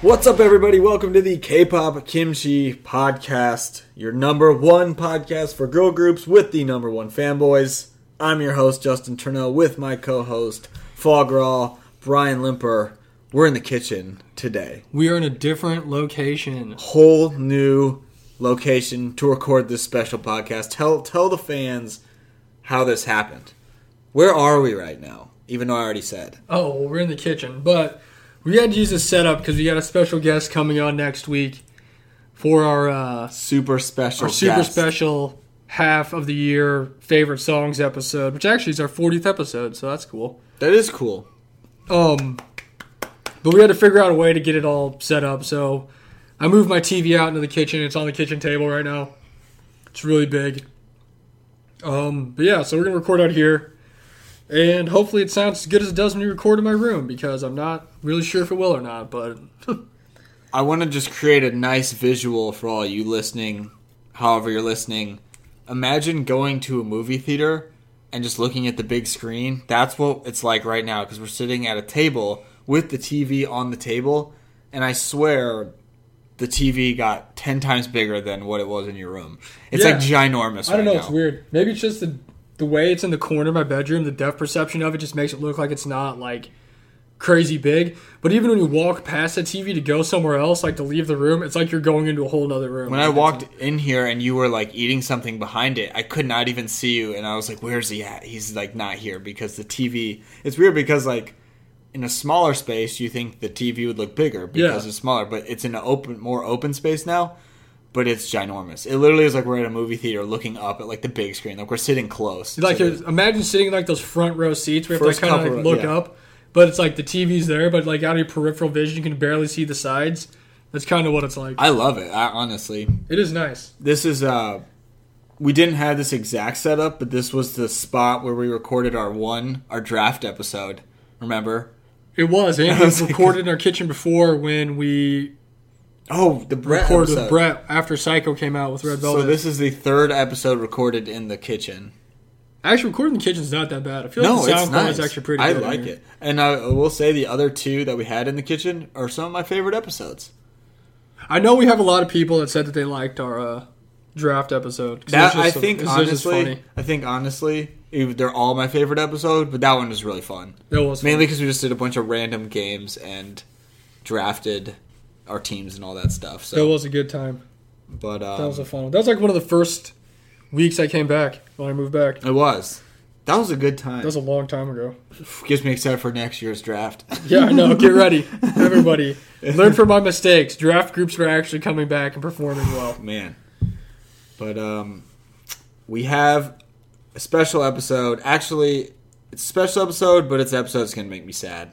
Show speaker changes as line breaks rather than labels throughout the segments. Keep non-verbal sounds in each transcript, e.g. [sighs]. What's up, everybody? Welcome to the K-pop Kimchi Podcast, your number one podcast for girl groups with the number one fanboys. I'm your host Justin Turneau with my co-host Fall Graw, Brian Limper. We're in the kitchen today,
We are in a different location.
whole new location to record this special podcast. Tell tell the fans how this happened. Where are we right now? Even though I already said
Oh, well, we're in the kitchen, but we had to use a setup because we got a special guest coming on next week for our, uh,
super special,
our super
guest.
special half of the year favorite songs episode, which actually is our 40th episode, so that's cool.
That is cool.
Um, but we had to figure out a way to get it all set up, so I moved my TV out into the kitchen. It's on the kitchen table right now. It's really big. Um, but yeah, so we're gonna record out here, and hopefully it sounds as good as it does when you record in my room because I'm not really sure if it will or not. But
I want to just create a nice visual for all you listening, however you're listening. Imagine going to a movie theater and just looking at the big screen. That's what it's like right now because we're sitting at a table with the TV on the table, and I swear the TV got 10 times bigger than what it was in your room. It's like
Yeah.
ginormous
I don't
right
know,
now.
it's weird. Maybe it's just the the way it's in the corner of my bedroom. The depth perception of it just makes it look like it's not like crazy big. But even when you walk past the TV to go somewhere else, like to leave the room, it's like you're going into a whole other room.
When I
Like, it's-
walked in here and you were like eating something behind it, I could not even see you, and I was like, "Where's he at?" He's like not here because the TV. It's weird because like in a smaller space, you think the TV would look bigger because
Yeah.
it's smaller, but it's in an open, more open space now. But it's ginormous. It literally is like we're at a movie theater looking up at like the big screen. Like we're sitting close.
Like
to the-
it- imagine sitting in like those front row seats where you have
First
to kind of
couple
like
row-
look
yeah.
up, but it's like the TV's there, but like out of your peripheral vision, you can barely see the sides. That's kind of what it's like.
I love it. I honestly,
It is nice.
this is uh we didn't have this exact setup but this was the spot where we recorded our one our draft episode remember
It was.
[laughs]
And
I
we
was like-
recorded in our kitchen before when we
oh the brett
recorded
episode.
with Brett after Psycho came out with Red
so
Velvet.
this is the third episode recorded in the kitchen
actually, recording in the kitchen's not that bad. I feel
no
like the
it's
sound quality
nice
is actually pretty
i
good. in
like
here.
it and i will say the other two that we had in the kitchen are some of my favorite episodes
I know we have a lot of people that said that they liked our uh, draft episode. 'Cause
that
it's just
i
so-
think
it's just as
honestly
funny.
i think honestly even- they're all my favorite episode but that one was really fun
It was funny.
Mainly because we just did a bunch of random games and drafted our teams and all that stuff.
That
So,
was a good time.
but um,
That was a fun one. That was like one of the first weeks I came back when I moved back. That
it was. That was a good time.
was a long time ago.
Gives me excited for next year's draft.
Yeah,
[laughs]
I know. Get ready, everybody. Learn from my mistakes. Draft groups are actually coming back and performing well.
Man, but um, we have a special episode. Actually, it's a special episode, but it's an episode that's gonna make me sad.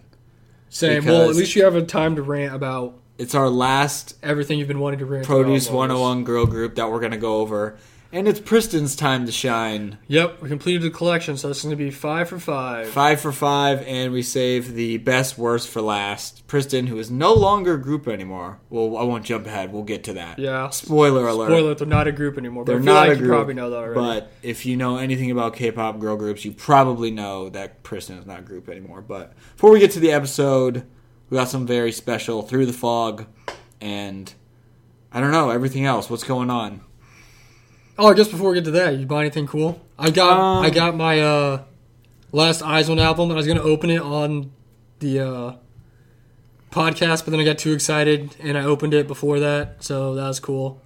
Same.
Because-
well, at least you have a time to rant about
It's our last
everything you've been wanting to rant
Produce
about.
101 girl group that we're gonna go over, and it's Priston's time to shine.
Yep, we completed the collection, so it's going to be five for five.
Five for five, and we save the best worst for last. Priston, who is no longer a group anymore. Well, I won't jump ahead. We'll get to that.
Yeah.
Spoiler alert.
Spoiler: alert, They're not a group anymore.
They're
but I feel
not
like
a
you
group.
probably know that already.
But if you know anything about K-pop girl groups, you probably know that Priston is not a group anymore. But before we get to the episode, we got some very special through the fog, and I don't know everything else. What's going on?
oh, I guess before we get to that, you buy anything cool? I got
Um,
I got my uh, last Eyes on album, and I was going to open it on the uh, podcast, but then I got too excited, and I opened it before that, so that was cool.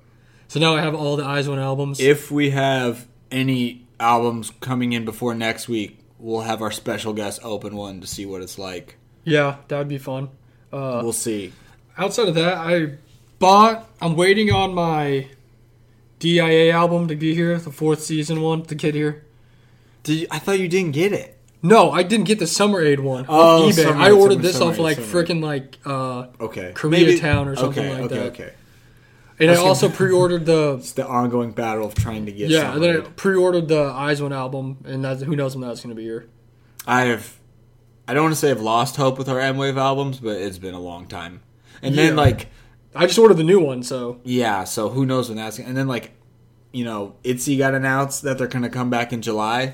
So now I have all the Eyes on albums.
If we have any albums coming in before next week, we'll have our special guest open one to see what it's like.
yeah, that would be fun. Uh,
We'll see.
outside of that, I bought. I'm waiting on my DIA album to be here, the fourth season one, the kid here.
Did you, I thought you didn't get it?
No, I didn't get the Summer Aid one.
Oh,
Oh, eBay.
Summer
I
Aid,
ordered
Summer,
this
Summer
off
Aid,
like
Summer Aid.
freking like, uh,
Okay,
Koreatown or something
okay,
like
okay,
that.
Okay,
and I
That's gonna-
also pre-ordered the
[laughs] It's the ongoing battle of trying to get.
yeah, and then I
somebody.
pre-ordered the Eyes One album, and that's, who knows when that's gonna be here.
I have. I don't want to say I've lost hope with our M Wave albums, but it's been a long time. And then
Yeah.
like
I just ordered the new one, so
yeah, so who knows when that's and then like you know ITZY got announced that they're gonna come back in July,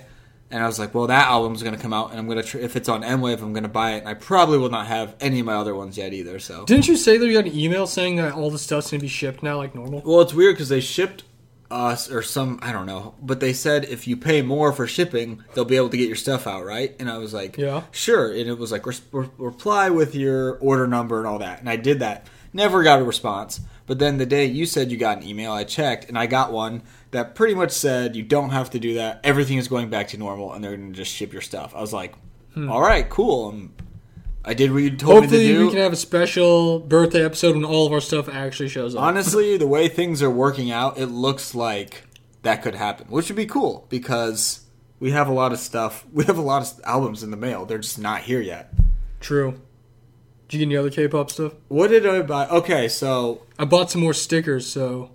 And I was like, well, that album's going to come out, and I'm going to, tr- if it's on M Wave, I'm going to buy it. And I probably will not have any of my other ones yet either. So,
Didn't you say that you got an email saying that all the stuff's gonna be shipped now like normal?
well, it's weird because they shipped us or some, I don't know, but they said if you pay more for shipping, they'll be able to get your stuff out, right? And I was like,
Yeah.
sure. And it was like, res- re- reply with your order number and all that. And I did that. Never got a response. But then the day you said you got an email, I checked and I got one that pretty much said, you don't have to do that. Everything is going back to normal and they're going to just ship your stuff. I was like, all right, cool. And I did what you told me to
Hmm. Hopefully
do.
we can have a special birthday episode when all of our stuff actually shows up.
Honestly, the way things are working out, it looks like that could happen, which would be cool because we have a lot of stuff. [laughs] We have a lot of albums in the mail. They're just not here yet.
True. Did you get any other K-pop stuff?
What did I buy? Okay, so
I bought some more stickers, so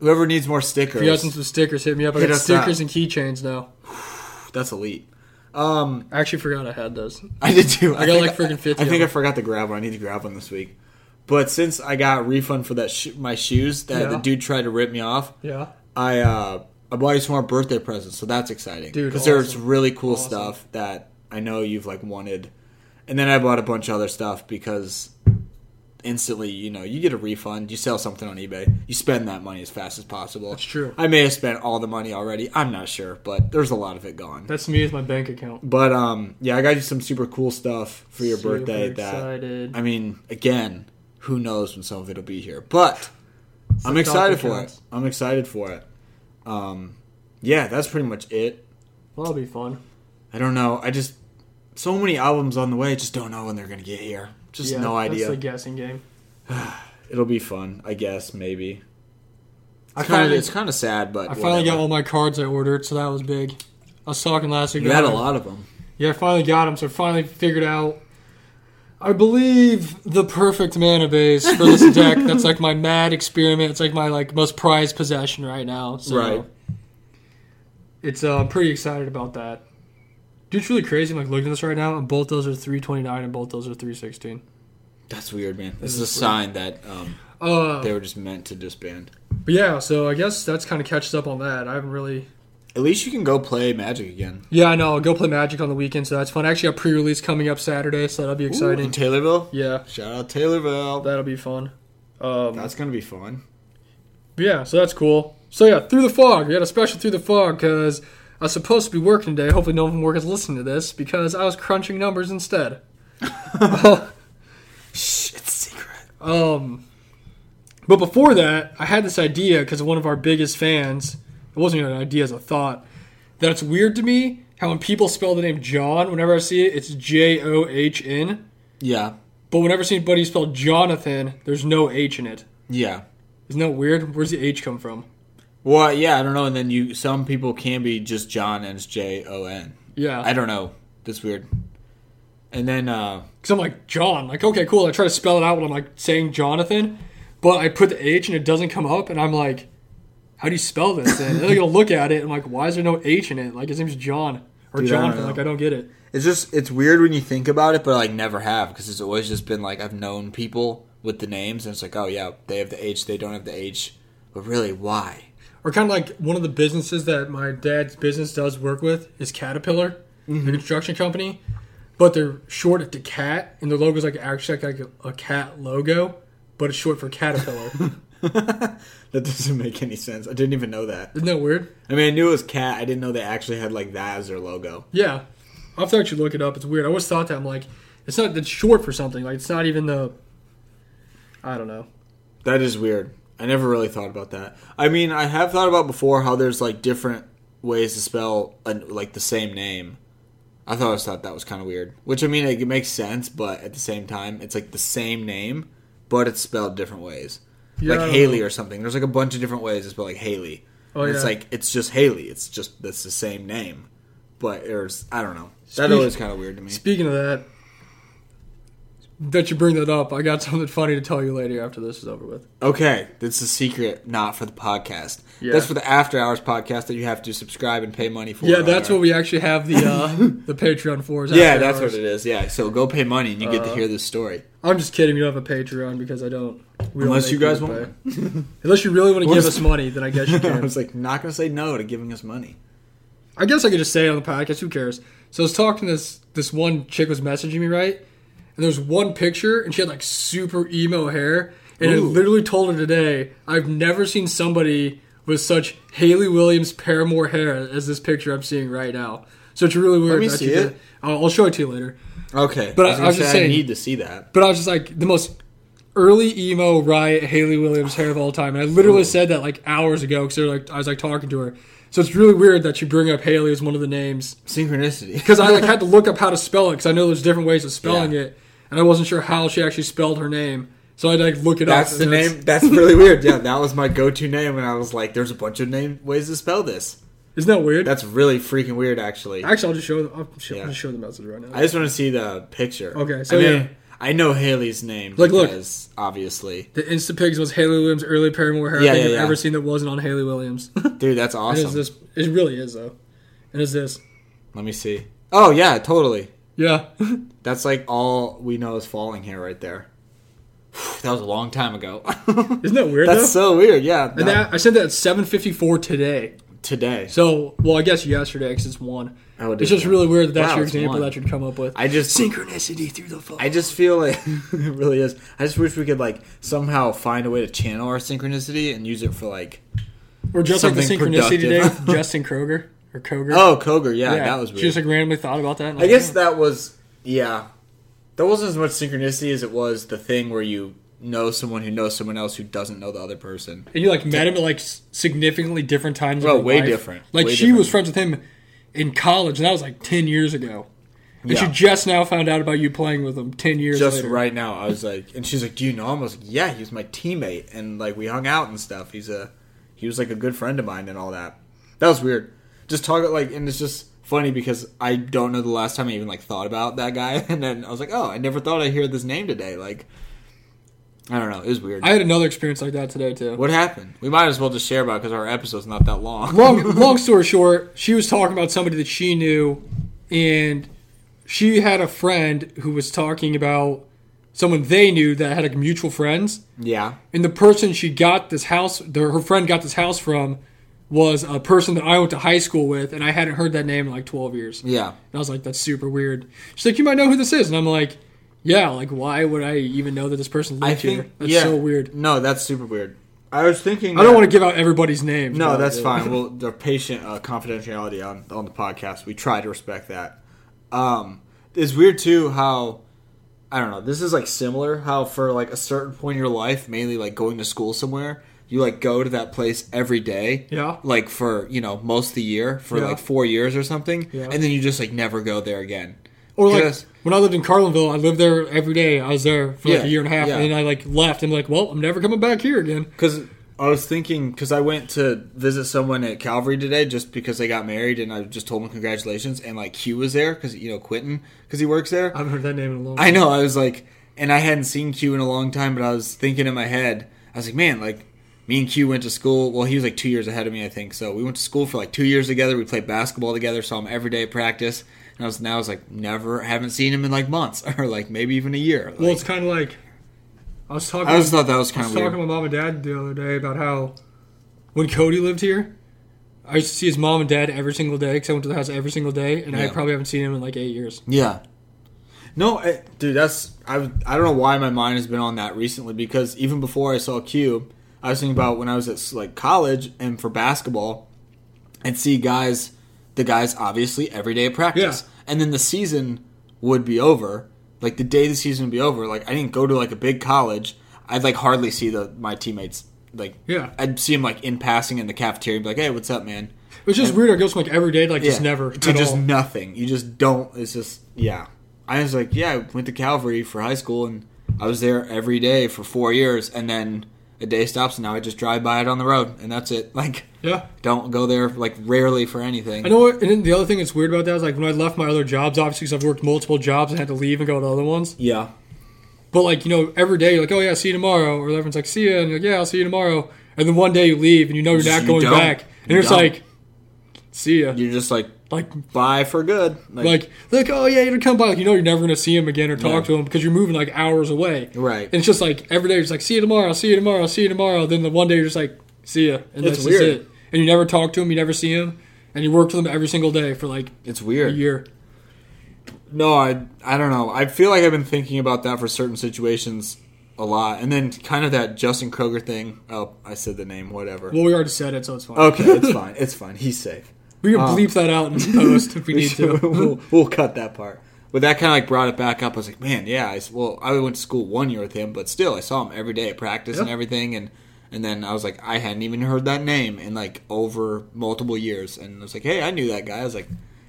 whoever needs more
if you got some
stickers,
some stickers, hit me up. I
Hit
got
us up.
stickers and keychains now.
that's elite. [laughs] Um,
I actually forgot I had those.
I did too. I,
got,
think
like, freaking 50
I think I
of
forgot to grab one. I need to grab one this week. But since I got a refund for that sh- my shoes that the
Yeah.
dude tried to rip me off,
Yeah.
I uh I bought you some more birthday presents, so that's exciting.
Dude,
because there's
awesome.
really cool
Awesome.
stuff that I know you've like wanted, and then I bought a bunch of other stuff because instantly, you know, you get a refund, you sell something on eBay, you spend that money as fast as possible.
That's true.
I may have spent all the money already. I'm not sure, but there's a lot of it gone.
That's me with my bank account.
But um, yeah, I got you some super cool stuff for your birthday. That
excited.
I mean, again, who knows when some of it'll be here? But I'm
the
excited
Donkey
for it.
Kongs.
I'm excited for it. Um, yeah, that's pretty much it.
That'll be fun.
I don't know. I just so many albums on the way. Just don't know when they're gonna get here. Just no idea.
That's the guessing game.
It'll be fun, I guess. Maybe.
I
It's kind
finally-
of it's kind of sad, but
I finally
whatever.
got all my cards I ordered, so that was big. I was talking last week.
You had
about
a
how-
lot of them.
Yeah, I finally got them, so I finally figured out. I believe the perfect mana base for
[laughs]
this deck. That's like my mad experiment. It's like my like most prized possession right now. So
Right.
It's uh, I'm pretty excited about that. Dude, it's really crazy. I'm like looking at this right now, and both those are 329, and both those are 316.
That's weird, man. This is a
is weird.
sign that um,
Uh,
they were just meant to disband.
but yeah, so I guess that's kind of catches up on that. I haven't really
At least you can go play Magic again.
Yeah, I know. I'll go play Magic on the weekend, so that's fun. I actually got pre-release coming up Saturday, so that'll be
Ooh, in
exciting.
Taylorville.
yeah,
Shout out Taylorville.
that'll be fun. Um,
That's gonna be fun.
but yeah, so that's cool. So yeah, through the fog, we had a special through the fog because I was supposed to be working today. Hopefully, no one from work is listening to this because I was crunching numbers instead. [laughs]
Shh, it's secret.
Um, but before that, I had this idea because one of our biggest fans. It wasn't even an idea; as a thought. That it's weird to me how when people spell the name John, whenever I see it, it's J O H N.
Yeah,
But whenever I see anybody spell Jonathan, there's no H in it.
yeah.
Isn't that weird? Where's the H come from?
Well, yeah, I don't know. And then you, some people can be just John and it's J O N. I
Yeah.
don't know. That's weird. And then, uh,
Because I'm like, John. Like, okay, cool. I try to spell it out when I'm like saying Jonathan, but I put the H and it doesn't come up. And I'm like, how do you spell this? And they're going to look at it. And I'm like, why is there no H in it? Like, his name's John or
Dude, I don't
Jonathan.
know.
like, I don't get it.
it's just it's weird when you think about it, but I like never have because it's always just been like I've known people with the names, and it's like, oh yeah, they have the H, they don't have the H, but really, why? [laughs]
Or kind of like one of the businesses that my dad's business does work with is Caterpillar,
Mm-hmm.
the construction company, but they're short it to cat, and their logo's like actually like a, a cat logo, but it's short
[laughs]
for Caterpillar.
That doesn't make any sense. I didn't even know that.
Isn't that weird?
I mean, I knew it was cat. I didn't know they actually had like that as their logo.
Yeah, I have to actually look it up. It's weird. I always thought that I'm like, it's not that's short for something. Like it's not even the. I don't know.
That is weird. I never really thought about that. I mean, I have thought about before how there's like different ways to spell an like the same name. I thought I always thought that was kind of weird. Which I mean, it makes sense, but at the same time, it's like the same name, but it's spelled different ways.
Yeah, I
like
don't
Haley
know.
or something. There's like a bunch of different ways to spell like Haley.
Oh,
And It's
yeah.
like it's just Haley. It's just that's the same name, but there's I don't know. That
Speak-
always kind of weird to me.
Speaking of that, that you bring that up, I got [laughs] something funny to tell you later after this is over with.
Okay, that's a secret, not for the podcast.
Yeah.
That's for the After Hours podcast that you have to subscribe and pay money for.
Yeah, that's what
Alright.
we actually have the
[laughs]
uh, the Patreon for. is
Yeah,
after
that's
hours.
what it is. Yeah, so go pay money and you
Uh,
get to hear this story.
I'm just kidding. You don't have a Patreon because I don't. We don't
Unless
make
you guys
people
want
pay. Unless you really want to
What
give
is-
us money, then I guess
[laughs]
you
I
can.
was like, not gonna say no to giving us money.
I guess I could just say it on the podcast. Who cares? So I was talking to this this one chick was messaging me right, and there's one picture, and she had like super emo hair, and I
Ooh.
literally told her today I've never seen somebody with such Haley Williams Paramore hair as this picture I'm seeing right now. So it's really weird.
me
that
see
you
it.
did- I'll, I'll show it to you later.
Okay,
But I-
gonna
I was just
say,
saying-
I need to see that.
But I was just like the most early emo riot Haley Williams hair of all time. And I literally said that like hours ago because like I was like talking to her. So it's really weird that you bring up Haley as one of the names [laughs]
Synchronicity. [laughs]
because I like had to look up how to spell it because I know there's different ways of spelling it, and I wasn't sure how she actually spelled her name. So I would like look it
That's
up.
the
and it's-
name. That's
[laughs]
really weird. Yeah, that was my go-to name when I was like, "There's a bunch of name ways to spell this."
Isn't that weird?
That's really freaking weird, actually. I
actually, I'll just show them. I'll, show,
Yeah.
I'll just show the message right now.
just want to see the picture.
Okay, so
I mean,
yeah.
I know Haley's name.
Like, look.
because, obviously,
the Instapigs was Haley Williams' early Paramore hair
Yeah,
I think
yeah,
I've
yeah.
ever seen that wasn't on Haley Williams. [laughs]
dude, that's
and
awesome.
is this? It really is though. And is this?
Let me see. Oh yeah, totally.
[laughs] Yeah.
That's like all we know is falling here, right there. [sighs] that was a long time ago. [laughs]
Isn't that weird
that's
though?
so weird. Yeah,
And
no,
that, I sent that at 7:54 today.
today.
So, well, I guess yesterday because it's one.
Oh, it
It's
is
just
one.
really weird that that's
Wow,
your
it's
example
one.
that you'd come up with.
I just
Synchronicity through the phone.
I just feel like [laughs] it really is. I just wish we could like somehow find a way to channel our synchronicity and use it for like.
We're just like the synchronicity
something
today
productive.
with Justin Kroger or Kroger.
Oh, Koger, yeah, that was
She
weird.
just like randomly thought about that. and,
I
like,
guess
yeah.
that was yeah. That wasn't as much synchronicity as it was the thing where you know someone who knows someone else who doesn't know the other person.
and you like met him at like s- significantly different times. of
Well,
your
Oh, way
life.
different.
Like
Way
she
different.
was friends with him in college, and that was like ten years ago. And she
Yeah.
just now found out about you playing with him ten years
Just
later.
right now, I was like, and she's like, "Do you know him?" I was like, "Yeah, he was my teammate, and like we hung out and stuff. He's a he was like a good friend of mine and all that. That was weird. Just talk like, and it's just funny because I don't know the last time I even like thought about that guy, [laughs] and then I was like, "Oh, I never thought I'd hear this name today." Like, I don't know, it was weird.
I had another experience like that today too.
what happened? We might as well just share about because our episode's not that long.
long long story short, she was talking about somebody that she knew, and she had a friend who was talking about someone they knew that had like mutual friends,
yeah.
and the person she got this house, the, her friend got this house from, was a person that I went to high school with, and I hadn't heard that name in like twelve years.
Yeah.
And I was like, that's super weird. She's like, you might know who this is, and I'm like, yeah, like why would I even know that this person lived here? That's so weird.
No, that's super weird. I was thinking.
I don't want to give out everybody's names.
No,
but-
that's fine.
[laughs]
Well, the patient uh, confidentiality on on the podcast, we try to respect that. Um, it's weird too how I don't know. This is like similar how for like a certain point in your life, mainly like going to school somewhere, you like go to that place every day.
Yeah.
Like for you know most of the year for
Yeah.
like four years or something,
Yeah.
and then you just like never go there again.
Or like
Yes.
when I lived in Carlinville, I lived there every day. I was there for like
Yeah,
a year and a half,
yeah.
and then I like left. and like, well, I'm never coming back here again.
Because I was thinking, because I went to visit someone at Calvary today just because they got married, and I just told them congratulations, and like Q was there because you know Quentin because he works there.
I haven't heard that name in a long. time.
I know I was like, and I hadn't seen Q in a long time, but I was thinking in my head, I was like, man, like me and Q went to school. Well, he was like two years ahead of me, I think. So we went to school for like two years together. We played basketball together. Saw him every day at practice. And I was now I was like never haven't seen him in like months [laughs] or like maybe even a year.
Well,
Like,
it's kind of like I was talking.
I always thought that was
I
kind
was
of
talking
weird.
to my mom and dad the other day about how when Cody lived here, I used to see his mom and dad every single day because I went to the house every single day, and I
Yeah.
probably haven't seen him in like eight years.
Yeah. No, I, dude, that's I. I don't know why my mind has been on that recently because even before I saw Q, I was thinking about when I was at like college and for basketball, and see guys, the guys obviously every day at practice, and then the season would be over. Like the day the season would be over, like I didn't go to like a big college. I'd like hardly see the my teammates. Like
Yeah.
I'd see them like in passing in the cafeteria, and be like, "Hey, what's up, man?"
It was just weird. I goes from like every day to like just
Yeah.
never
to
at
just
all.
nothing. You just don't. It's just yeah. I was like, yeah, I went to Calvary for high school, and I was there every day for four years, and then a day stops, and now I just drive by it on the road, and that's it. [laughs] Like,
Yeah.
don't go there like rarely for anything.
I know, what- and then the other thing that's weird about that is like when I left my other jobs, obviously because I've worked multiple jobs and had to leave and go to other ones.
Yeah,
But like you know, every day you're like, oh yeah, see you tomorrow, or everyone's like, see you, and you're like, yeah, I'll see you tomorrow. And then one day you leave and you know you're not
You
going
don't.
back, and
You
you're just
don't.
like, see ya.
you're just like
Like
bye for good.
like like oh yeah, you don't come by. Like, you know you're never gonna see him again or talk
Yeah.
to him because you're moving like hours away.
Right.
And it's just like every day you're just like, see you tomorrow, see you tomorrow, see you tomorrow. Then the one day you're just like, see ya, and
It's
that's
weird.
just it. And you never talk to him, you never see him. And and he worked with them every single day for like
It's
a
weird.
year.
No, I I don't know. I feel like I've been thinking about that for certain situations a lot, and then kind of that Justin Kroger thing. Oh, I said the name. Whatever.
Well, we already said it, so it's fine.
Okay, it's fine. It's fine. He's safe.
we can
um,
bleep that out in post if
[laughs]
we need to.
we'll, we'll cut that part. But that kind of like brought it back up. I was like, man, yeah. I, s- well, I went to school one year with him, but still, I saw him every day at practice and
Yeah.
everything. And and then I was like, I hadn't even heard that name in like over multiple years. And I was like, hey, I knew that guy. I was like,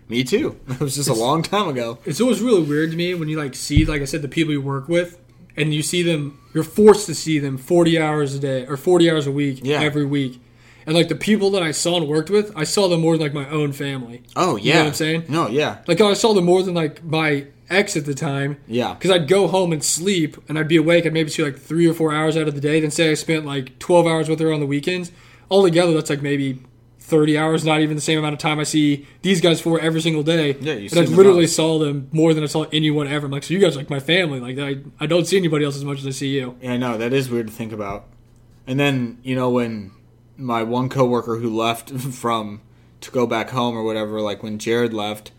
me too. [laughs] It was just a long time ago.
It's always really weird to me when you like see, like I said, the people you work with, and you see them. You're forced to see them 40 hours a day or 40 hours a week
Yeah.
every week. And like the people that I saw and worked with, I saw them more than like my own family.
Oh yeah,
know what I'm saying?
No, yeah,
Like I saw them more than like my ex at the time.
yeah.
Because I'd go home and sleep, and I'd be awake. I'd maybe see like three or four hours out of the day. Then say I spent like twelve hours with her on the weekends. Altogether, that's like maybe thirty hours. Not even the same amount of time I see these guys for every single day.
Yeah, you
And
see
I
them
literally
all.
saw them more than I saw anyone ever. I'm like, so you guys are like my family. Like I, I don't see anybody else as much as I see you.
Yeah, I know that is weird to think about. And then you know when my one coworker who left [laughs] from to go back home or whatever, like when Jared left,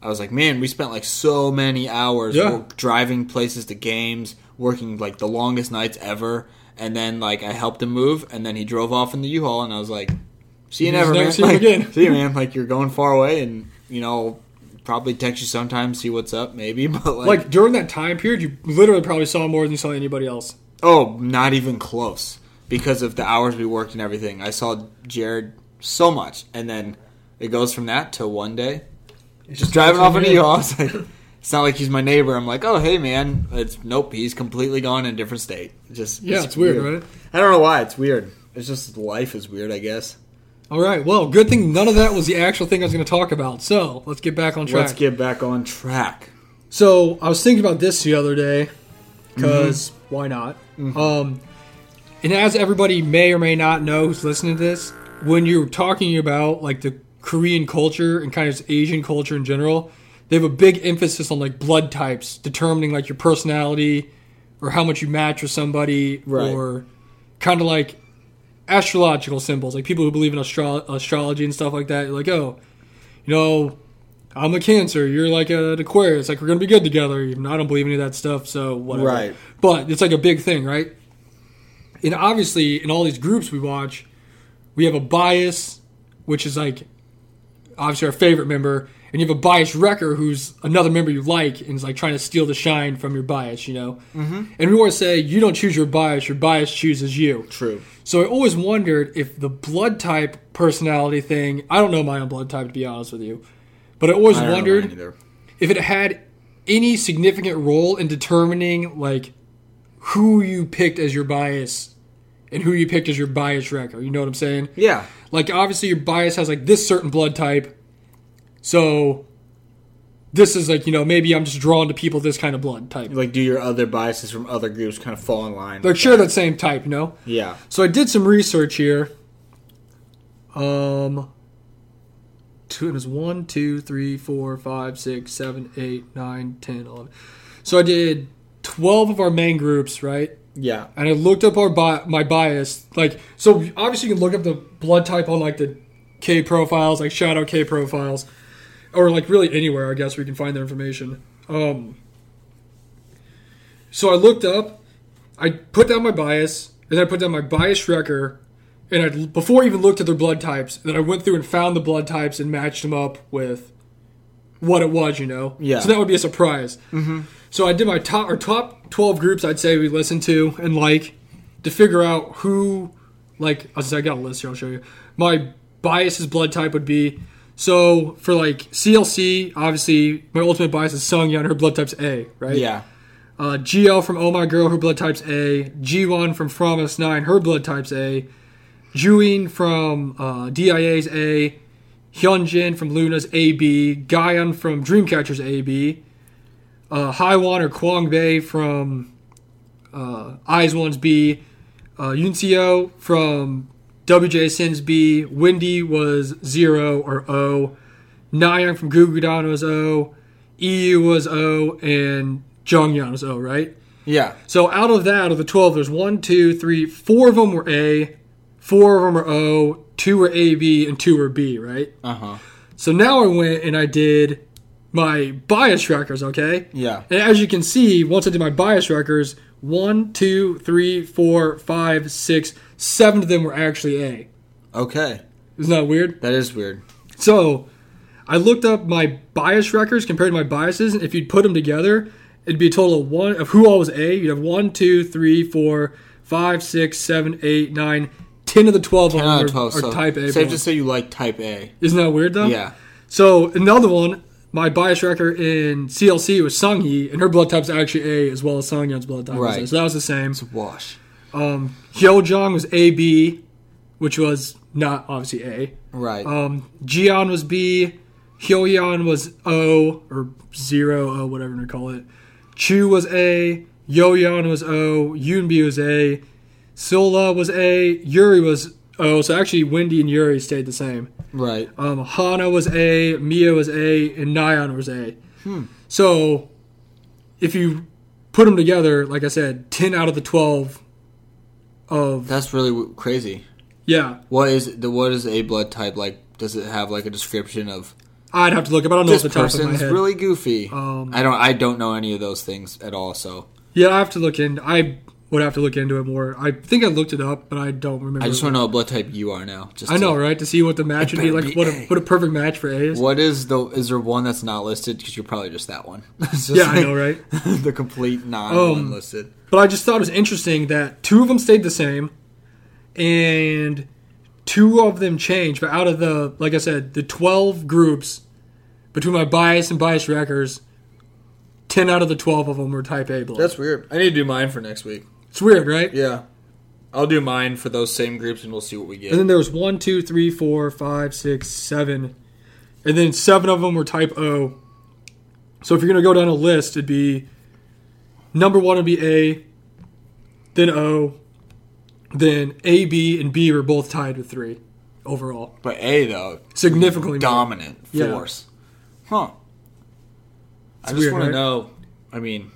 I was like, man, we spent like so many hours
Yeah.
wo- driving places to games, working like the longest nights ever. And then like I helped him move, and then he drove off in the U-Haul, and I was like, see you
You'll just
never,
never
man.
see
[laughs]
him
Like,
again.
see you, man. Like you're going far away, and you know. Probably text you sometime, see what's up, maybe. [laughs] But
Like, during that time period, you literally probably saw more than you saw anybody else.
Oh, not even close. Because of the hours we worked and everything. I saw Jared so much. And then it goes from that to one day. Just driving off into U-Haul. It's, like, it's not like he's my neighbor. I'm like, oh, hey, man. It's Nope, he's completely gone in a different state. Just
Yeah, it's weird, right?
I don't know why. It's weird. It's just life is weird, I guess.
All right. Well, good thing none of that was the actual thing I was going to talk about. So let's get back on track.
Let's get back on track.
So I was thinking about this the other day, because why not? Um, and as everybody may or may not know who's listening to this, when you're talking about like the Korean culture and kind of just Asian culture in general, they have a big emphasis on like blood types, determining like your personality or how much you match with somebody,
Right.
or kind of like astrological symbols, like people who believe in astro- astrology and stuff like that. Like, oh, you know, I'm a Cancer. You're like an Aquarius. Like we're gonna be good together. Even I don't believe any of that stuff. So whatever.
Right.
But it's like a big thing, right? And obviously, in all these groups we watch, we have a bias, which is like obviously our favorite member, and you have a biased wrecker who's another member you like and is like trying to steal the shine from your bias, you know. Mm-hmm. And we always say you don't choose your bias; your bias chooses you.
True.
So I always wondered if the blood type personality thing, I don't know my own blood type to be honest with you, but I always
I don't know mine
wondered
either.
if it had any significant role in determining like who you picked as your bias and who you picked as your bias wrecker. You know what I'm saying?
Yeah.
Like obviously your bias has like this certain blood type. So this is like, you know, maybe I'm just drawn to people this kind of blood type.
Like, do your other biases from other groups kind of fall in line?
Like share that same type, you know?
yeah.
So I did some research here. Um, two, it was one, two, three, four, five, six, seven, eight, nine, ten, eleven. So I did twelve of our main groups, right?
Yeah.
And I looked up our bi- my bias, like so. Obviously, you can look up the blood type on like the K profiles, like Shadow K profiles, or like really anywhere, I guess, where you can find their information. Um, so I looked up, I put down my bias, and then I put down my bias wrecker, and I before I even looked at their blood types, then I went through and found the blood types and matched them up with what it was, you know.
Yeah.
So that would be a surprise. So I did my top or top twelve groups I'd say we listen to and like to figure out who like I said, I got a list here, I'll show you. My biases blood type would be so for like CLC, obviously my ultimate bias is Sung Yun, her blood type's A, right?
Yeah.
Uh, GL from Oh My Girl, her blood type's A. G1 from Promise 9, her blood type's A. Juin from uh, DIA's A. Hyunjin from Luna's AB. Guyon from Dreamcatcher's AB. Uh, Haiwan or Kwangbei from uh, Eyes One's B. Uh, Yuncio from WJ Sin's B. Windy was 0 or O. Nyan from Gugudan was O. EU E was O. And Jonghyun was O, right?
Yeah.
So out of that, out of the 12, there's one, two, three, four of them were A, four of them are O, two were AB, and two were B, right?
Uh huh.
So now I went and I did my bias trackers, okay?
Yeah.
And as you can see, once I did my bias trackers, one, two, three, four, five, six, seven of them were actually A.
Okay.
Isn't that weird?
That is weird.
So I looked up my bias records compared to my biases, and if you'd put them together, it'd be a total of one of who all was A. You'd have one, two, three, four, five, six, seven, eight, nine, ten of the twelve of
Nine out
them
of
are,
12.
are
so
type A.
safe
ones.
to say you like type
[laughs]
A.
Isn't that weird though?
Yeah.
So another one, my bias record in CLC was Songhee, and her blood type's actually A as well as Songyun's blood type. was A,
Right.
So that was the same.
It's a wash.
Um, Hyojong was AB, which was not obviously A.
Right.
Um, Gion was B. Hyoyeon was O or zero O, whatever you call it. Chu was A. Yoyeon was O. Yoonbi was A. Sola was A. Yuri was O. So actually, Wendy and Yuri stayed the same.
right.
Um, Hana was A. Mia was A. And Nyan was A.
Hmm.
So if you put them together, like I said, ten out of the twelve of
That's really w- crazy.
yeah,
What is the what is a blood type like? Does it have like a description of
I'd have to look up. I don't know
this
off the top of my
person's
head.
really goofy?
Um,
I don't I don't know any of those things at all. So
Yeah, I have to look in. I would have to look into it more. I think I looked it up, but I don't remember.
I just want to know what blood type you are now. Just
I
to-
know, right? To see what the match would be
better
like.
be
what a
A.
what a perfect match for A is.
What is the is there one that's not listed? Because you're probably just that one. [laughs] It's just
yeah, I
like
know, right?
[laughs] the complete non
Um,
one listed.
But I just thought it was interesting that two of them stayed the same, and two of them changed. But out of the, like I said, the twelve groups between my bias and bias wreckers, ten out of the twelve of them were Type A blood.
weird. I need to do mine for next week.
it's weird, right?
Yeah, I'll do mine for those same groups, and we'll see what we get.
And then there was one, two, three, four, five, six, seven. And then seven of them were type O. So if you're going to go down a list, it'd be number one would be A, then O, then A, B, and B were both tied with three overall.
but A though
Significantly more.
dominant
Yeah.
force. Huh. I just
weird,
want
right?
to know. I mean,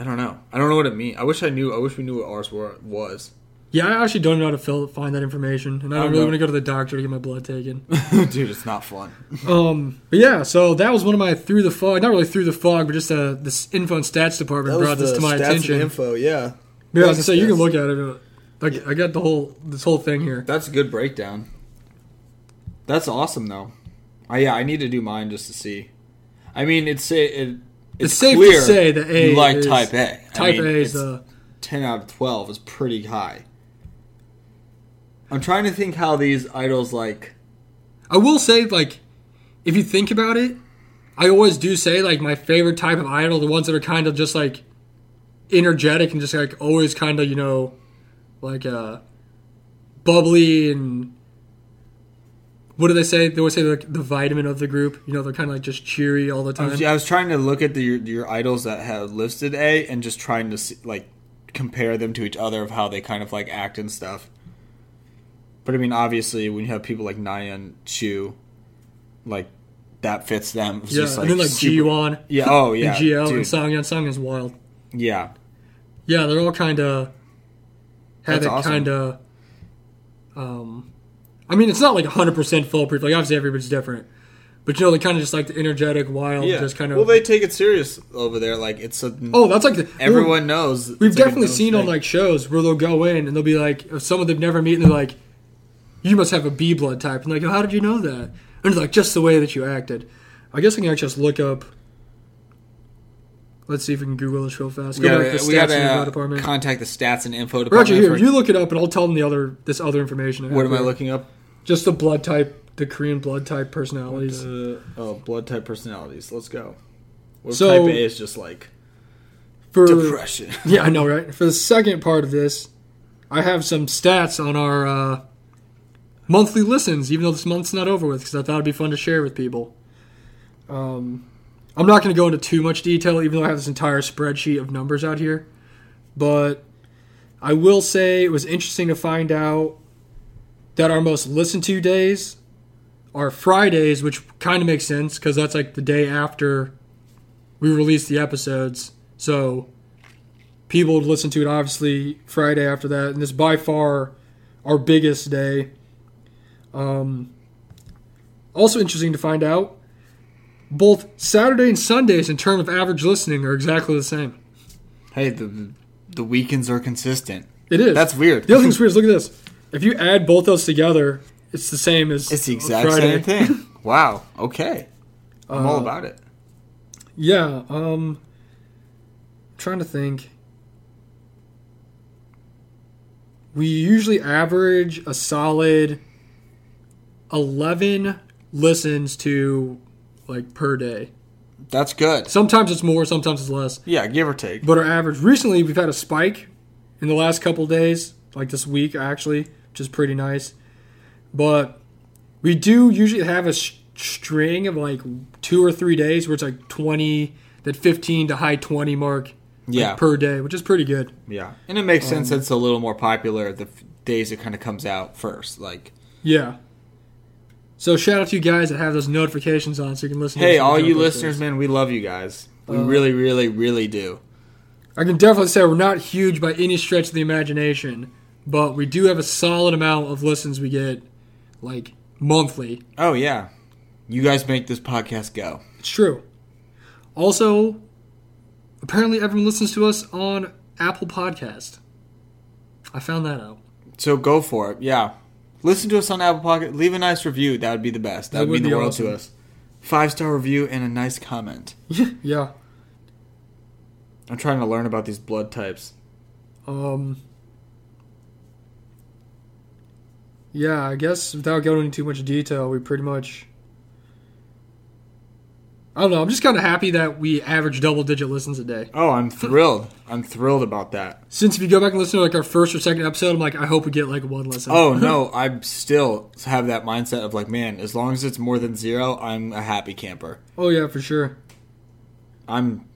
I don't know. I don't know what it means. I wish I knew. I wish we knew what ours were, was. [laughs]
Yeah, I actually don't know how to fill, find that information. And I don't
Oh,
really
no.
want to go to the doctor to get my blood taken. [laughs]
Dude, it's not fun.
um, but yeah, so that was one of my through the fog, not really through the fog, but just uh, this info and stats department brought this to my attention.
info. Yeah,
Yeah, I was
That's-
gonna say you can
that's-
look at it. uh, Like I got the whole this whole thing here.
that's a good breakdown. That's awesome though. I, yeah, I need to do mine just to see. I mean, it's it, it,
It's, safe
clear
to say that A
you like
is,
type A. I
Type uh,
mean,
A is
it's-
the
10 out of 12 is pretty high. I'm trying to think how these idols like.
I will say like if you think about it, I always do say like my favorite type of idol, the ones that are kind of just like energetic and just like always kind of you know like uh bubbly and what do they say? They always say like the vitamin of the group. You know, they're kind of like just cheery all the
I
time.
was, I was trying to look at the, your, your idols that have listed A and just trying to see, like compare them to each other of how they kind of like act and stuff. But I mean, obviously, when you have people like Nyan Chu, like that fits them. It's
yeah,
just,
and then like
super-
G1
Yeah. Oh yeah.
and GL and
dude.
Song Yun Song is wild.
yeah.
Yeah, they're all kind of have
That's
it
awesome.
kind of. Um, I mean, it's not like 100% foolproof. Like obviously everybody's different, but you know they kind of just like the energetic, wild,
Yeah.
just kind of.
well, they take it serious over there. Like it's a.
oh, that's like the, well,
everyone knows.
We've
it's like a
definitely
known
seen on
thing.
like shows where they'll go in and they'll be like if someone they've never met and they're like, "You must have a B blood type," and like, "How did you know that?" And they're like, "Just the way that you acted." I guess I can actually just look up. Let's see if we can Google this real fast. Go
Yeah,
back to the
we
stats
gotta
in the
uh,
law department.
contact the stats and info department.
Roger, here
for-
you look it up, and I'll tell them the other this other information. have
what am I
here.
looking up?
Just the blood type, the Korean blood type personalities.
Uh, oh, blood type personalities. Let's go. What
So-
type A is just like
For
depression. [laughs]
yeah, I know, right? For the second part of this, I have some stats on our uh, monthly listens, even though this month's not over with, because I thought it'd be fun to share with people. Um, I'm not going to go into too much detail, even though I have this entire spreadsheet of numbers out here. But I will say it was interesting to find out that our most listened to days are Fridays, which kind of makes sense because that's like the day after we release the episodes. So people would listen to it obviously Friday after that, and this is by far our biggest day. Um, Also interesting to find out, both Saturday and Sundays in terms of average listening are exactly the same.
Hey, the the weekends are consistent.
It is.
That's weird.
the other thing's weird is look at this. If you add both those together, it's the same
[laughs]
as
It's the exact same
[laughs]
thing. Wow. Okay. I'm
Uh,
all about it.
Yeah. Um. Trying to think. We usually average a solid eleven listens to like per day.
That's good.
Sometimes it's more, sometimes it's less.
Yeah, give or take.
But our average recently, we've had a spike in the last couple days, like this week actually, which is pretty nice. But we do usually have a s- string of like two or three days where it's like 20, that 15 to high 20 mark like,
Yeah.
per Um, day, which is pretty good.
Yeah. And it makes sense that it's a little more popular the f- days it kind of comes out first. Like,
Yeah. So shout out to you guys that have those notifications on so you can listen. to
hey,
us when we
all
drop
you
those
listeners, man, we love you guys. We
Uh,
really, really, really do.
things. I can definitely say we're not huge by any stretch of the imagination, but we do have a solid amount of listens we get like monthly.
Oh, yeah. You guys make this podcast go.
It's true. Also, apparently everyone listens to us on Apple Podcast. I found that out. [laughs]
So go for it. Yeah. Listen to us on Apple Pocket. Leave a nice review. That would be the best. That,
That
would
would
mean the
be
world
awesome.
to us. Five star review and a nice comment.
yeah.
I'm trying to learn about these blood types.
Um. Yeah, I guess without going into too much detail, we pretty much. I don't know. I'm just kind of happy that we average double digit listens a day.
Oh, I'm thrilled. I'm thrilled about that.
Since if you go back and listen to like our first or second episode, I'm like, I hope we get like one listen. [laughs]
Oh, no. I still have that mindset of like, man, as long as it's more than zero, I'm a happy camper.
oh yeah, for sure.
I'm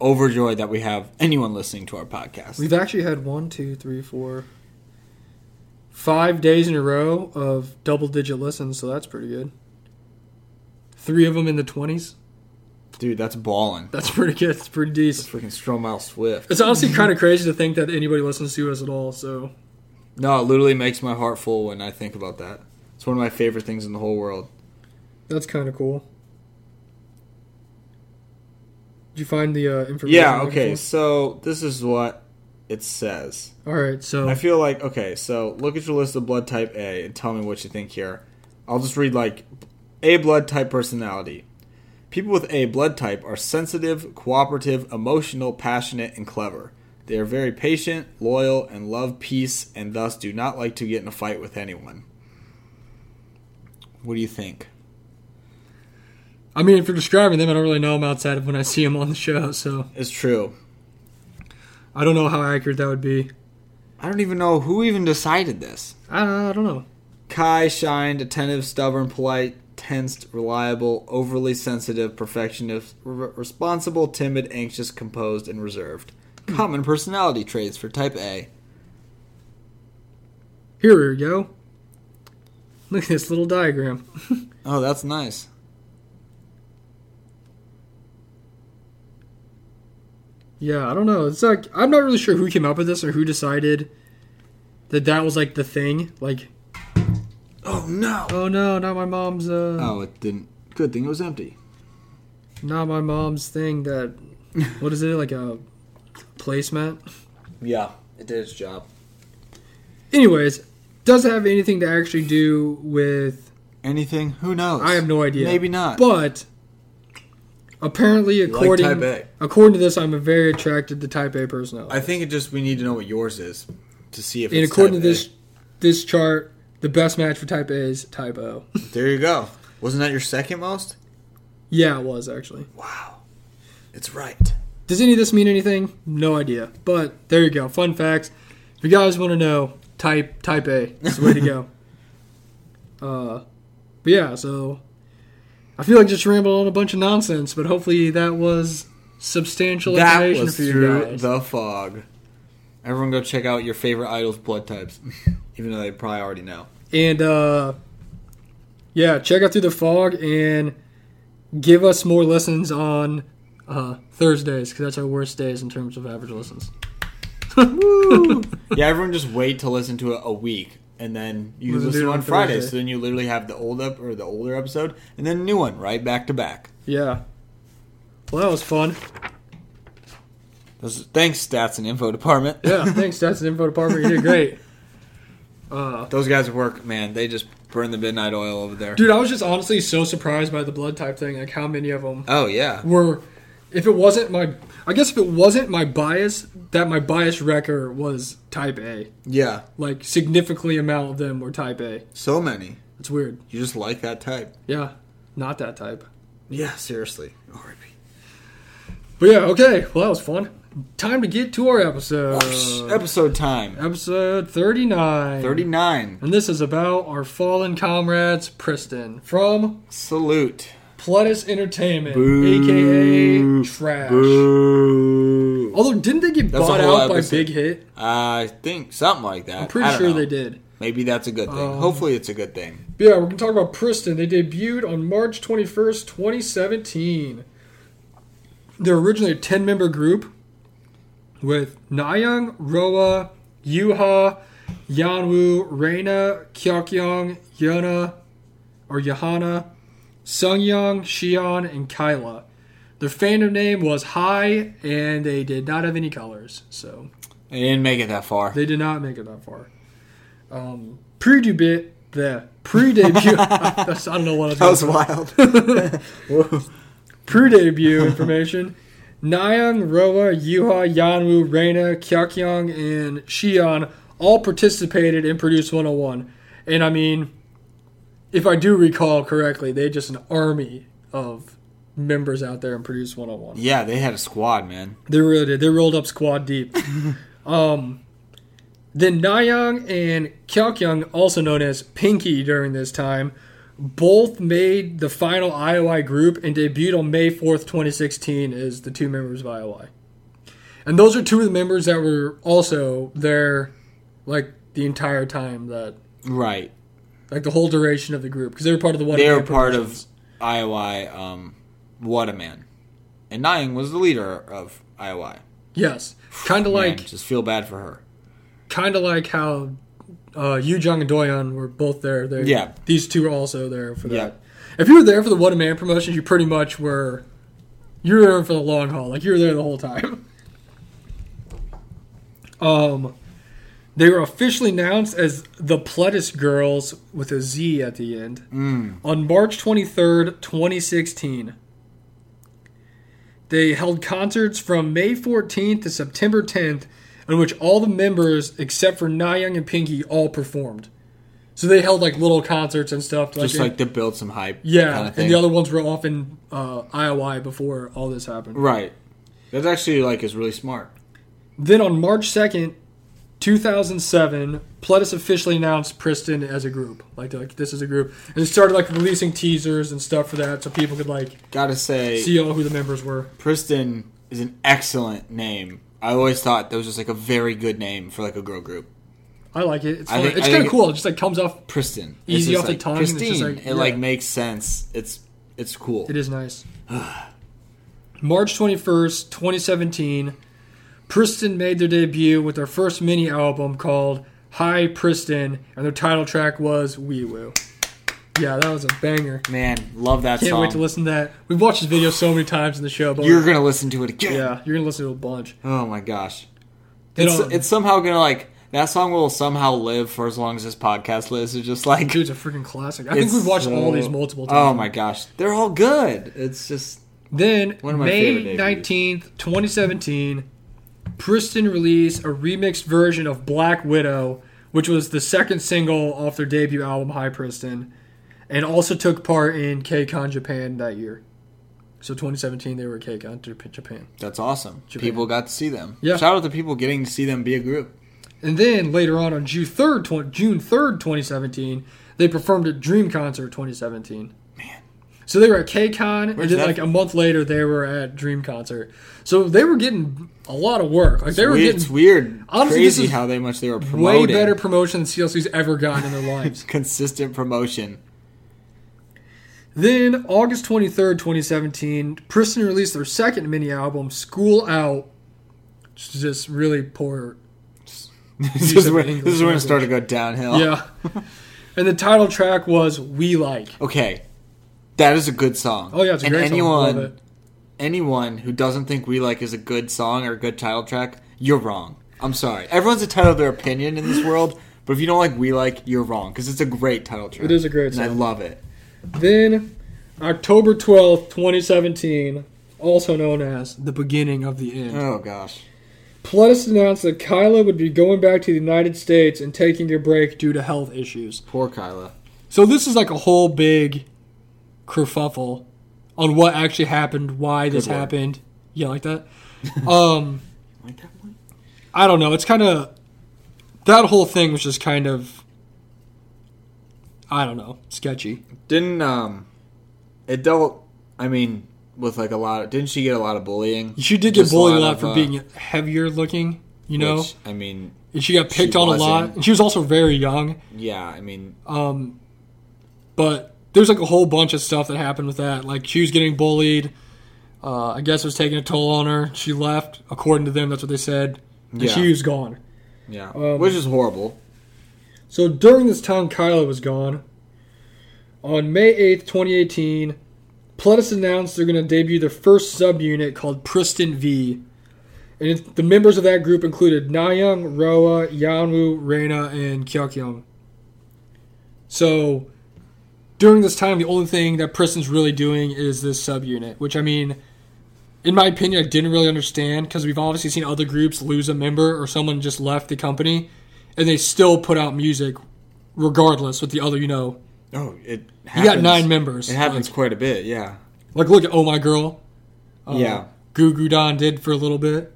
overjoyed that we have anyone listening to our podcast.
We've actually had one, two, three, four, five days in a row of double digit listens, so that's pretty good. Three of them in the 20s.
Dude, that's balling.
That's pretty good. It's pretty
That's
decent.
freaking Stromile Swift.
It's honestly kind of crazy to think that anybody listens to us at all, so
No, it literally makes my heart full when I think about that. It's one of my favorite things in the whole world.
that's kind of cool. Did you find the uh, information?
Yeah,
you're looking
okay, so this is what it says.
for? All right, so
I feel like, okay, so look at your list of blood type A and tell me what you think here. I'll just read like A blood type personality. People with A blood type are sensitive, cooperative, emotional, passionate, and clever. They are very patient, loyal, and love peace, and thus do not like to get in a fight with anyone. What do you think?
I mean, for describing them, I don't really know them outside of when I see them on the show, so
It's true.
I don't know how accurate that would be.
I don't even know who even decided this.
I, I don't know.
Kai shined, attentive, stubborn, polite, tensed, reliable, overly sensitive, perfectionist, re- responsible, timid, anxious, composed, and reserved. Common personality traits for type A.
Here we go. Look at this little diagram.
Oh, that's nice.
Yeah, I don't know. It's like I'm not really sure who came up with this or who decided that that was like the thing. Like,
Oh no.
oh no, not my mom's. Uh,
Oh, it didn't. Good thing it was empty.
Not my mom's thing. That what is it like a placement?
Yeah, it did its job.
Anyways, doesn't have anything to actually do with.
Anything? Who knows?
I have no idea.
Maybe not.
But apparently,
Uh. like
according
type
according to this, I'm very attracted to Type A personality.
I think it just we need to know what yours is to see if.
And
it's
according to
type
this this chart, the best match for type A is type O.
A. there you go. Wasn't that your second most?
yeah, it was actually.
Wow, it's right.
Does any of this mean anything? No idea. But there you go. Fun facts. If you guys want to know, type type A. It's the way
[laughs]
to go. Uh, but yeah, so I feel like just rambled on a bunch of nonsense, but hopefully that was substantial
That
information
was
for you
through
guys.
the fog. Everyone go check out your favorite idol's blood types, [laughs] even though they probably already know.
And uh yeah, check out through the fog and give us more listens on uh Thursdays because that's our worst days in terms of average listens.
yeah, everyone just wait to listen to it a week and then you
Listen to
listen
it
to it
on
on Friday.
Thursday.
So then you literally have the old up or the older episode, and then a new one right back to back.
Yeah. Well, that was fun.
Those- Thanks, stats and info department.
Yeah, [laughs] thanks, Stats and Info Department. You did great. Uh,
Those guys at work, man, they just burn the midnight oil over there.
dude, I was just honestly so surprised by the blood type thing. Like, how many of them
Oh yeah,
were. If it wasn't my. I guess if it wasn't my bias, that my bias wrecker was type A.
yeah,
Like, significantly amount of them were type A.
so many.
It's weird.
You just like that type.
Yeah, not that type.
Yeah, seriously. R.I.P.
But yeah, okay. Well, that was fun. Time to get to our episode.
Episode time
Episode 39.
thirty nine.
And this is about our fallen comrades, Preston, from
Salute.
Pledis Entertainment,
Boo.
aka Trash. Oh.
Boo.
Although, didn't they get
That's a
bought
whole
out by
episode.
Big Hit?
I think something like that.
I'm pretty sure they did.
Maybe that's a good thing.
Um,
Hopefully, it's a good thing.
But yeah, we're going to talk about Preston. They debuted on March 21st, 2017. They're originally a 10 member group with Nayoung, Roa, Yuha, Yanwu, Reina, Kyokyong, Yona, or Yohana, Sungyong, Shion, and Kyla. Their fandom name was High, and they did not have any colors, so
They didn't make it that far.
they did not make it that far. Um, pre-debut, the pre-debut. that's- [laughs] I don't know what I was. going [laughs]
wild.
Pre-debut information. Nyang, Roa, Yuha, Yanwu, Reina, Kyakyong, and Shion all participated in Produce 101. And I mean, if I do recall correctly, they had just an army of members out there in Produce 101.
yeah, they had a squad, man.
They really did. They rolled up
[laughs]
squad deep. um, then Nayoung and Kyaokyung, also known as Pinky during this time, both made the final IOI group and debuted on May 4th, 2016 as the two members of IOI. And those are two of the members that were also there like the entire time that
Right.
like the whole duration of the group because they were part of the one
They
Man
were part of
Productions.
IOI. Um, what a man! And Nying was the leader of IOI.
yes kind of
Man,
like
just feel bad for her.
kind of like how uh, Yu Jung and Doyon were both there. They,
Yeah.
These two are also there for that.
Yeah.
If you were there for the What a Man promotions, you pretty much were. You were there for the long haul. Like, you were there the whole time. [laughs] Um, they were officially announced as the Pledis Girls with a Z at the end
Mm.
on March 23rd, 2016. They held concerts from May 14th to September 10th, in which all the members except for Na Young and Pinky all performed. So they held like little concerts and stuff.
Just like to build some hype.
yeah,
kinda
and the other ones were off in uh, IOI before all this happened.
right. That's actually like is really smart.
Then on March 2nd, 2007, Pledis officially announced Priston as a group. Like, they're like this is a group, and they started like releasing teasers and stuff for that, so people could like
Gotta say,
see all who the members were.
Priston is an excellent name. I always thought that was just like a very good name for like a girl group.
I like it. It's
I
fun.
think-
it's
I
kind of
think-
cool. It just like comes off.
Priston.
Easy
It's just,
off the
like,
tongue, it's just
Pristine.
like-
It like
yeah.
makes sense. It's it's cool.
It
[sighs]
is nice. March twenty first, twenty seventeen. Priston made their debut with their first mini album called "Hi Priston," and their title track was "Wee Woo." Yeah, that was a banger.
Man, love that
Can't
song.
wait to listen to that. We've watched this video so many times in the show, but
You're gonna listen to it again.
yeah, you're gonna listen to it a bunch.
Oh my gosh.
They
It's,
don't-
it's somehow gonna like that song will somehow live for as long as this podcast lives. It's just like
Dude's a freaking classic. I think we've watched
so-
all these multiple times.
[laughs] Oh my gosh, they're all good. It's just
Then
One of my
May
favorite
nineteenth, twenty seventeen, Priston released a remixed version of Black Widow, which was the second single off their debut album High Priston, and also took part in KCON Japan that year. So twenty seventeen, they were at KCON Jap- Japan.
that's awesome.
Japan.
People got to see them.
Yeah.
Shout out to people getting to see them be a group.
And then later on, on June third, June third, twenty seventeen, they performed at Dream Concert twenty seventeen. Man. So they were at KCON, and
Where's
then
that?
like a month later, they were at Dream Concert. So they were getting a lot of work. Like they were
Weird-
getting
it's weird.
Honestly, this
Crazy
is
how they much they were
way
promoting.
better promotion than CLC's ever gotten in their [laughs] lives.
consistent
[laughs]
promotion.
then, August 23rd, 2017, Priston released their second mini album, School Out, which is just really poor
this, is where, this is where it started to go downhill.
Yeah. [laughs] and the title track was "We Like."
Okay, that is a good song.
Oh yeah, it's a
and
great
anyone,
song. I love it.
anyone who doesn't think "We Like" is a good song or a good title track, you're wrong. I'm sorry. Everyone's entitled to their opinion in this world, but if you don't like "We Like," you're wrong because it's a great title track.
It is a great
and I
song.
love it.
Then, October twelfth, twenty seventeen, also known as the beginning of the end.
Oh gosh.
Pledis announced that Kyla would be going back to the United States and taking a break due to health issues.
Poor Kyla.
So this is like a whole big kerfuffle on what actually happened, why this
Good word.
happened. Yeah, like that. [laughs] um,
Like that one?
I don't know. It's kind of that whole thing was just kind of I don't know, sketchy.
Didn't um, it dealt. I mean, with like a lot. Of, didn't she get a lot of bullying?
She did get
Just a
bullied a
lot
lot
of,
for
uh,
being heavier looking, you know,
Which, I mean,
and she got
she
picked on a lot.
wasn't.
And she was also very young.
yeah. I mean,
Um, but there's like a whole bunch of stuff that happened with that. Like she was getting bullied. Uh, I guess it was taking a toll on her. She left, according to them. That's what they said. And
Yeah.
she was gone.
yeah.
Um,
which is horrible.
So during this time, Kyla was gone. On May 8th, 2018, Pledis announced they're going to debut their first subunit called Priston V. And it, the members of that group included Nayoung, Roa, Yanwu, Reina, and Kyokyoung. So during this time, the only thing that Priston's really doing is this subunit, which I mean, in my opinion, I didn't really understand because we've obviously seen other groups lose a member or someone just left the company and they still put out music regardless with the other you know
Oh, it.
you
Happens.
got nine members
It happens quite a bit. Yeah.
like, like look at oh my girl uh,
Yeah.
goo goo don did for a little bit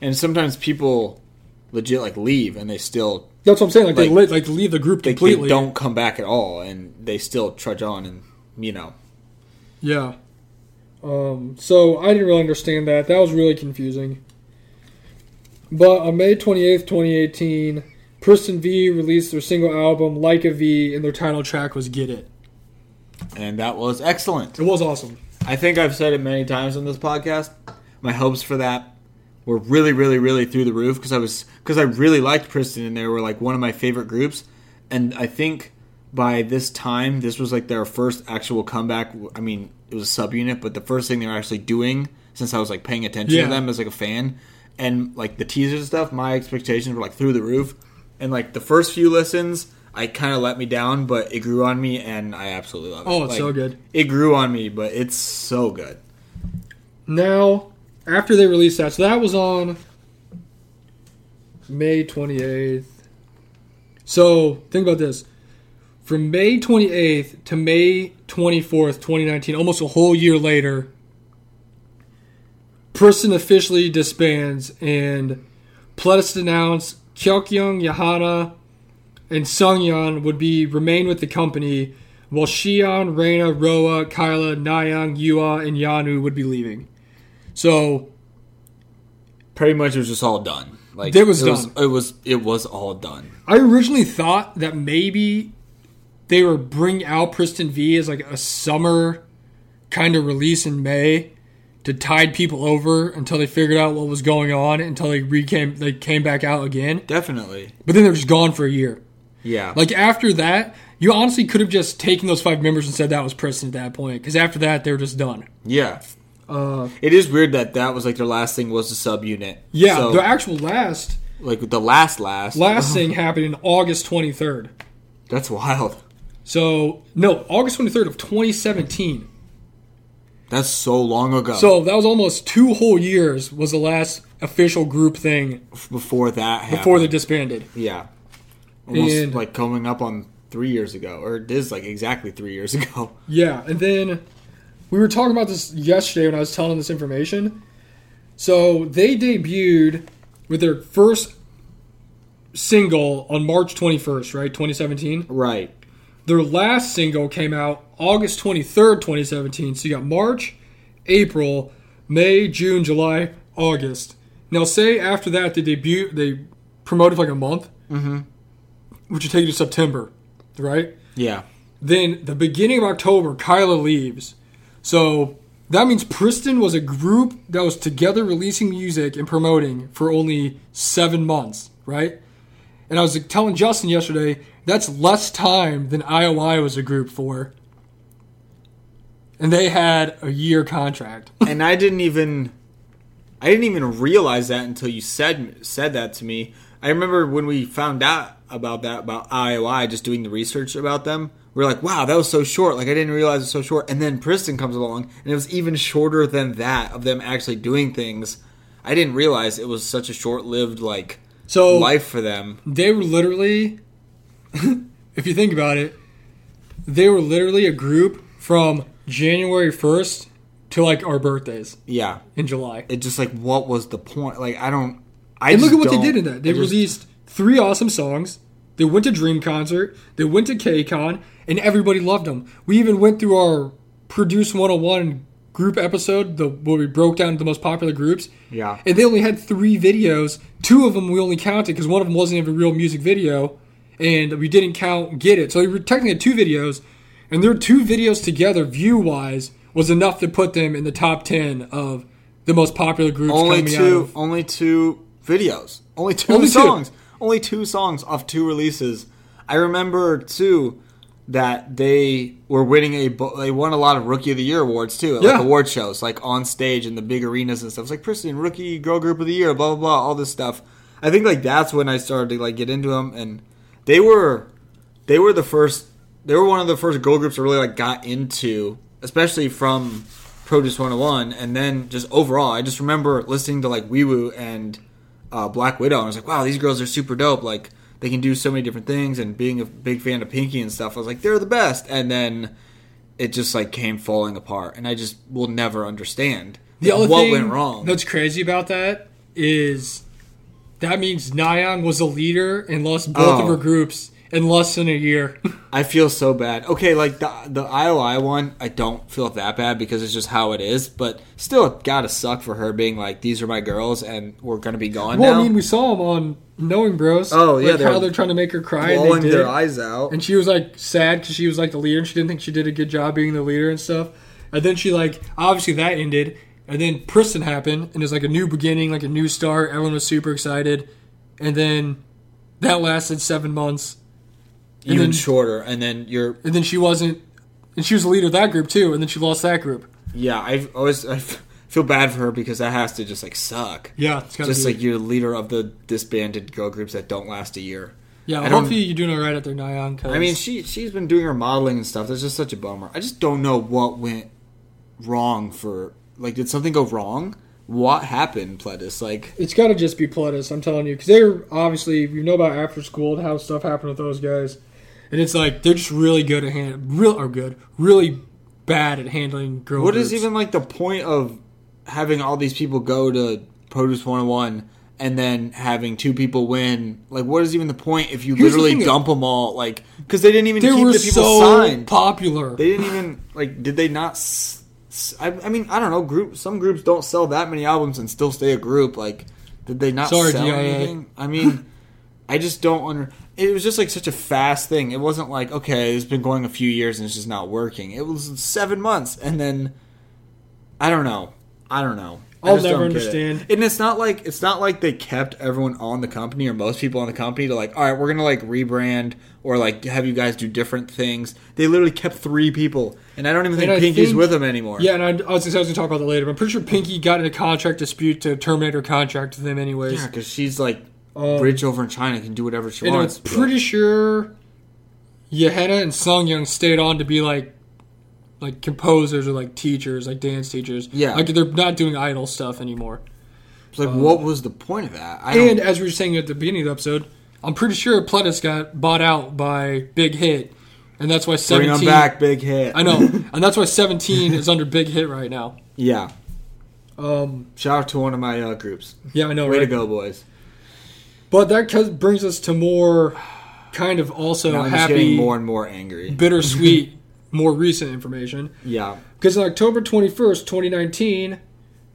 And sometimes people legit like leave and they still
that's what i'm saying like, they
Like-
li- like leave the group
they,
completely
they don't come back at all and they still trudge on and you know
yeah um so i didn't really understand that that was really confusing but on may 28th 2018 Priston V released their single album Like a V and their title track was Get It.
and that was excellent.
It was awesome.
I think I've said it many times on this podcast. My hopes for that were really, really, really through the roof because I was because I really liked Princeton and they were like one of my favorite groups. And I think by this time, this was like their first actual comeback. I mean, it was a subunit, but the first thing they were actually doing since I was like paying attention
Yeah.
to them as like a fan and like the teasers and stuff, my expectations were like through the roof. And like the first few listens, I kind of let me down, but it grew on me, and I absolutely love it.
Oh, it's
Like,
so good.
it grew on me, but it's so good.
Now, after they released that, so that was on May 28th. So, think about this. From May 28th to May 24th, 2019, almost a whole year later, Person officially disbands and Pledis announced Kyokyoung, Yahana, and Sungyeon would be remain with the company, while Shion, Reina, Roa, Kyla, Nayang, Yua, and Yanu would be leaving. So
Pretty much, it was just all done. Like
It was done.
it was it was all done.
I originally thought that maybe they were bringing out Priston V as like a summer kind of release in May to tide people over until they figured out what was going on until they recame they came back out again.
Definitely.
But then they were just gone for a year.
Yeah.
Like after that, you honestly could have just taken those five members and said that was Preston at that point. Because after that, they were just done.
yeah.
Uh,
It is weird that that was like their last thing was the subunit.
yeah,
So,
the actual last
like the last last Oh,
last thing happened in August 23rd.
That's wild.
So no, August 23rd of 2017.
That's so long ago.
So that was almost two whole years. Was the last official group thing
before that happened.
before they disbanded.
yeah, almost
And-
like coming up on three years ago, or it is like exactly three years [laughs] ago.
Yeah, and then we were talking about this yesterday when I was telling this information. So they debuted with their first single on March 21st, right? 2017.
Right.
Their last single came out August 23rd, 2017. So you got March, April, May, June, July, August. Now say after that they debut they promoted for like a month. Mm-hmm. Which would take you to September, right?
Yeah.
Then the beginning of October, Kyla leaves. So that means Priston was a group that was together releasing music and promoting for only seven months, right? And I was like, telling Justin yesterday, that's less time than IOI was a group for. And they had a year contract.
and I didn't even I didn't even realize that until you said said that to me. I remember when we found out about that about IOI, just doing the research about them. We are like, wow, that was so short. Like I didn't realize it was so short. And then Princeton comes along, and it was even shorter than that of them actually doing things. I didn't realize it was such a short-lived like
So
life for them.
they were literally, [laughs] if you think about it, they were literally a group from January 1st to like our birthdays
Yeah,
in July.
it just like what was the point? Like I don't. I
And look
just
at what
don't-
they did in that. They
I just-
released three awesome songs. They went to Dream Concert. They went to KCON, and everybody loved them. We even went through our Produce 101 group episode, the where we broke down the most popular groups.
Yeah.
And they only had three videos. Two of them we only counted because one of them wasn't even a real music video, and we didn't count Get It. So we were technically had two videos, and their two videos together, view wise, was enough to put them in the top 10 of the most popular groups
only
coming out of
two only two videos only two
Only two.
songs only two songs off two releases i remember too that they were winning a bo- they won a lot of rookie of the year awards too at,
Yeah.
like award shows like on stage in the big arenas and stuff it's like Kristen, rookie girl group of the year blah blah blah all this stuff i think like that's when i started to like get into them and they were they were the first they were one of the first girl groups I really like got into, especially from Produce 101 and then just overall. I just remember listening to like WeWoo and uh, Black Widow and I was like, wow, these girls are super dope. Like they can do so many different things and being a big fan of Pinky and stuff, I was like, they're the best. And then it just like came falling apart and I just will never understand
The other
like, what
thing
went wrong.
that's crazy about that is that means Nyan was a leader and lost both
Oh. Uh,
of her groups in less than a year.
I feel so bad. Okay, like the the IOI one, I don't feel that bad because it's just how it is. But still, it gotta suck for her being like, "These are my girls, and we're gonna be gone
well,
now."
I mean, we saw him on Knowing Bros.
Oh, yeah,
like
they're
how they're trying to make her cry. And, they did.
eyes out.
and she was like sad because she was like the leader and she didn't think she did a good job being the leader and stuff. And then she like obviously that ended. And then Priston happened and it's like a new beginning, like a new start. Everyone was super excited. And then that lasted seven months.
Even
then-
shorter, and then you're
and then she wasn't and she was the leader of that group too and then she lost that group
yeah. I've always I [laughs] f- feel bad for her because that has to just like suck.
yeah it's gotta
Just
be-
like you're the leader of the disbanded girl groups that don't last a year.
yeah
I don't-
hopefully you're doing all right at their Nyan cause
I mean, she she's been doing her modeling and stuff. That's just such a bummer. I just don't know what went wrong for like did something go wrong? What happened, Pledis? Like
it's gotta just be Pledis I'm telling you because they're obviously you know about after school and how stuff happened with those guys and it's like they're just really good at hand real are good really bad at handling girl
what is
groups.
even like the point of having all these people go to Produce 101 and then having two people win? Like what is even the point if you
Here's the
literally
thing-
dump them all like cuz they didn't even
they
keep
were
the people
so
signed.
popular
They didn't even like did they not s- s- I, I mean, I don't know. Group some groups don't sell that many albums and still stay a group. Like, did they not
Sorry,
sell
DIA.
anything? I mean, I just don't under. It was just like such a fast thing. It wasn't like okay, it's been going a few years and it's just not working. It was seven months, and then I don't know. I don't know. I
I'll
just
never
don't get it.
understand.
And it's not like it's not like they kept everyone on the company or most people on the company to like, all right, we're gonna like rebrand or like have you guys do different things. They literally kept three people, and I don't even think
I
Pinky's
think-
with them anymore.
yeah, and I, I was, I was going to talk about that later, but I'm pretty sure Pinky got in a contract dispute to terminate her contract with them, anyways.
yeah, because she's like
Um,
bridge over in China, can do whatever she
And I'm
wants. but-
pretty sure Yehenna and Sungyoung stayed on to be like like composers or like teachers, like dance teachers.
Yeah.
Like they're not doing idol stuff anymore.
it's like, what was the point of that? I
And
don't,
as we were saying at the beginning of the episode, I'm pretty sure Pledis got bought out by Big Hit. And that's why
bring
17
them back, big hit. [laughs]
I know. and that's why 17 is under Big Hit right now.
yeah,
Um
shout out to one of my uh, groups.
yeah, I know
Way
right?
to go, boys.
But that cus- brings us to more kind of also
Now I'm just
happy
getting more and more
[laughs]
angry.
bittersweet more recent information.
Yeah,
Because on October 21st, 2019,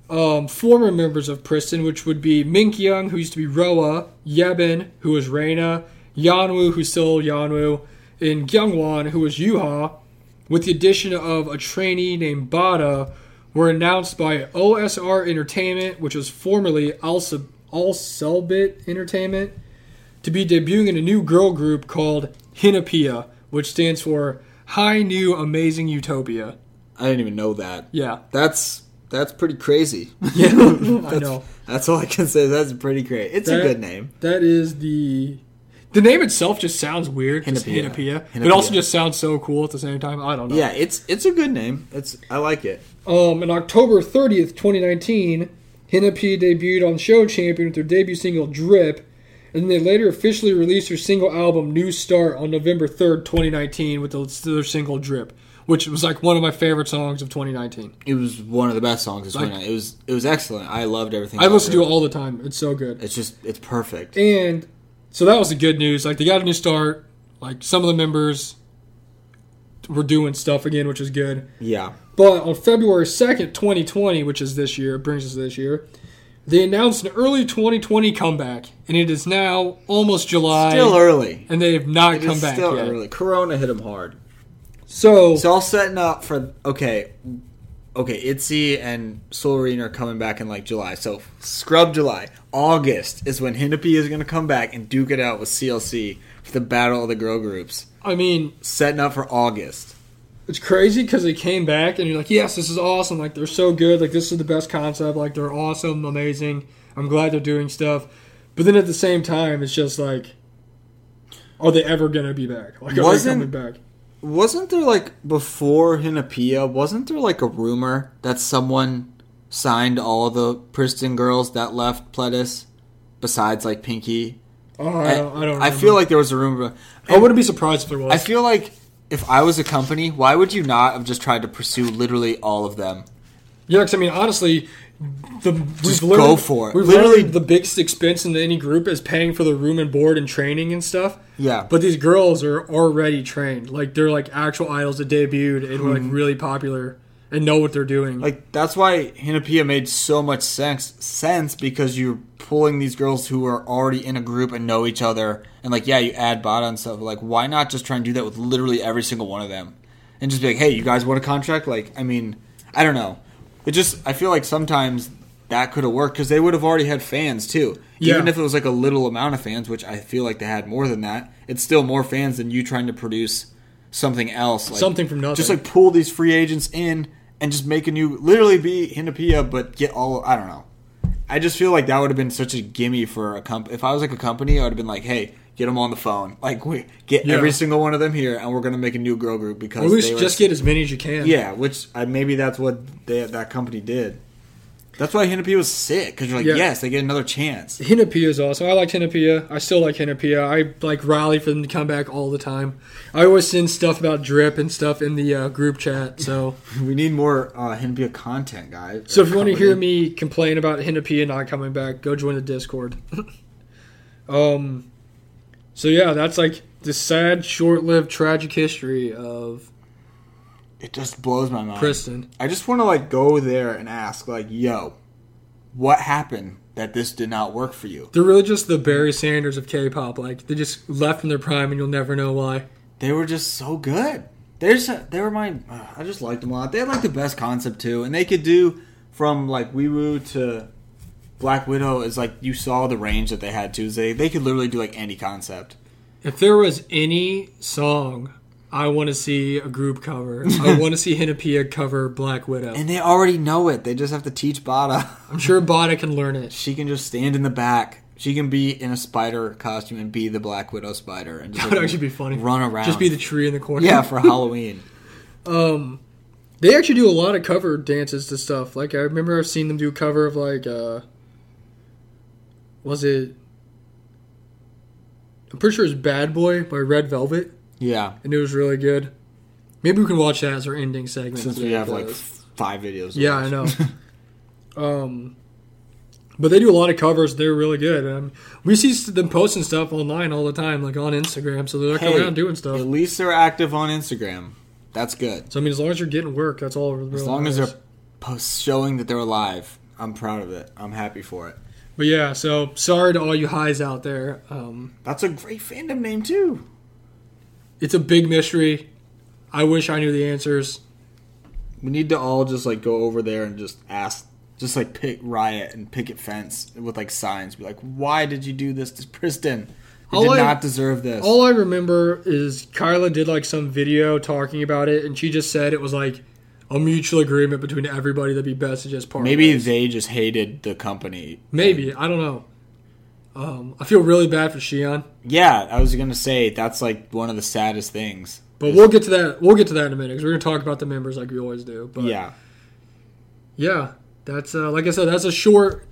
um, former members of Priston, which would be Mink Young, who used to be Roa, Yebin, who was Reina, Yanwu, who's still Yanwu, and Gyungwon, who was Yuha, with the addition of a trainee named Bada, were announced by OSR Entertainment, which was formerly Alsabit Entertainment, to be debuting in a new girl group called Hinapia, which stands for High New Amazing Utopia.
I didn't even know that.
Yeah.
That's that's pretty crazy. [laughs]
Yeah. I know.
That's all I can say. That's pretty great. It's a
That-
good name.
That is the the name itself just sounds weird. Just
Hinapia.
Hinapia. It
Hinapia.
also just sounds so cool at the same time. I don't know.
Yeah, it's it's a good name. It's I like it.
Um, on October 30th, 2019, Hinapia debuted on Show Champion with their debut single Drip, and then they later officially released their single album New Start on November 3rd, 2019, with the- their single Drip, which was like one of my favorite songs of 2019.
It was one of the best songs. This
Like-
night. It was it was excellent. I loved everything.
I
about
listen to it
it.
all the time. It's so good.
It's just it's perfect.
And so that was the good news. Like they got a new start. Like some of the members were doing stuff again, which is good.
yeah,
But on February 2nd, 2020, which is this year, brings us to this year, they announced an early 2020 comeback, and it is now almost July,
still early.
and they have not
It
come
is
back
still
yet.
early. Corona hit him hard.
So,
It's all setting up for okay, okay. Itzy and Solarine are coming back in like July. So scrub July. August is when Hinapie is going to come back and duke it out with CLC for the battle of the girl groups.
I mean,
Setting up for August.
it's crazy because they came back, and you're like, yes, this is awesome. Like they're so good. Like this is the best concept. Like they're awesome, amazing. I'm glad they're doing stuff. But then at the same time, it's just like, are they ever gonna be back? Like, are
Wasn't-
they coming back?
Wasn't there like before Hinapia? Wasn't there like a rumor that someone signed all the Princeton girls that left Pledis, besides like Pinky?
Oh, I don't. I, don't
I
remember.
feel like there was a rumor.
I wouldn't be surprised if there was.
I feel like if I was a company, why would you not have just tried to pursue literally all of them?
Yeah, 'cause I mean, honestly, the
Just
we've learned-
go for it.
We've
Literally-
literally the biggest expense in any group is paying for the room and board and training and stuff.
Yeah.
But these girls are already trained. Like they're like actual idols that debuted and were like really popular and know what they're doing.
Hmm. Like that's why Hinapia made so much sense sense because you're pulling these girls who are already in a group and know each other and like yeah, you add bot and stuff. Like why not just try and do that with literally every single one of them? And just be like, "Hey, you guys want a contract?" Like I mean, I don't know. It just I feel like sometimes that could have worked cuz they would have already had fans too. Even
Yeah.
if it was like a little amount of fans, which I feel like they had more than that, it's still more fans than you trying to produce something else like
Something from nothing.
Just like pull these free agents in and just make a new, literally be Hinapia, but get all. I don't know. I just feel like that would have been such a gimme for a comp. If I was like a company, I would have been like, "Hey, get them on the phone. Like, we get
Yeah.
every single one of them here, and we're gonna make a new girl group because
or at least
they were-
just get as many as you can.
yeah." Which I, maybe that's what they, that company did. That's why Hinapia was sick because you're like,
Yeah.
"Yes, they get another
[laughs]
chance."
Hinapia is awesome. I liked Hinapia. I still like Hinapia. I like rally for them to come back all the time. I always send stuff about drip and stuff in the uh, group
[laughs]
chat. So.
We need more uh, Hinapia content, guys.
So if you want to hear
Company.
me complain about Hinapia not coming back, go join the Discord. [laughs] um, so yeah, that's like the sad, short-lived, tragic history of
it just blows my mind.
Kristen.
I just want to like go there and ask like, yo, what happened that this did not work for you?
They're really just the Barry Sanders of K-pop. Like they just left in their prime, and you'll never know why.
They were just so good. They're just, they were my uh, I just liked them a lot. They had like the best concept too, and they could do from like Weewoo to Black Widow is like you saw the range that they had too. They they could literally do like any concept.
If there was any song I want to see a group cover,
[laughs]
I want to see Hinapia cover Black Widow.
And they already know it. They just have to teach Bada. [laughs]
I'm sure Bada can learn it. [laughs]
She can just stand in the back. She can be in a spider costume and be the Black Widow spider and just
[laughs] That would
like,
actually be funny.
Run around.
Just be the tree in the corner.
Yeah, for Halloween.
[laughs] Um, they actually do a lot of cover dances to stuff. Like I remember I've seen them do a cover of like uh, was it? I'm pretty sure it's "Bad Boy" by Red Velvet,
Yeah.
and it was really good. Maybe we can watch that as our ending segment
Since we have like
because-
f- five videos. to
yeah,
watch.
I know.
[laughs]
um, but they do a lot of covers. They're really good. Um, we see them posting stuff online all the time, like on Instagram. So they're
Hey,
coming around doing stuff.
At least they're active on Instagram. That's good.
So I mean, as long as you're getting work, that's all.
As long as they're post showing that they're alive, I'm proud of it. I'm happy for it.
But yeah, so sorry to all you highs out there. Um,
That's a great fandom name too.
it's a big mystery. I wish I knew the answers.
We need to all just like go over there and just ask, just like pick riot and picket fence with like signs. Be like, why did you do this to Kristen? You
All
did
I-
not deserve this.
All I remember is Kyla did like some video talking about it, and she just said it was like a mutual agreement between everybody that'd be best to just part.
Maybe
ways.
they just hated the company.
maybe I don't know. Um, I feel really bad for Shion,
Yeah, I was gonna say that's like one of the saddest things.
but we'll get to that. We'll get to that in a minute because we're gonna talk about the members like we always do. But
yeah,
yeah, that's uh, like I said, that's a short,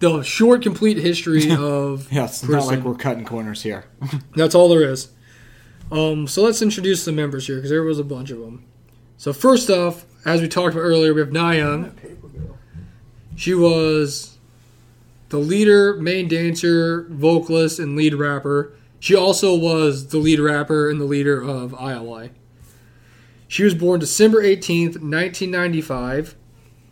the short
[laughs]
complete history of
yeah. It's not
Person.
like we're cutting corners here.
That's all there is. Um, so let's introduce the members here because there was a bunch of them. So first off, as we talked about earlier, we have Nayoung. She was the leader, main dancer, vocalist, and lead rapper. She also was the lead rapper and the leader of ILI. She was born December 18th, 1995.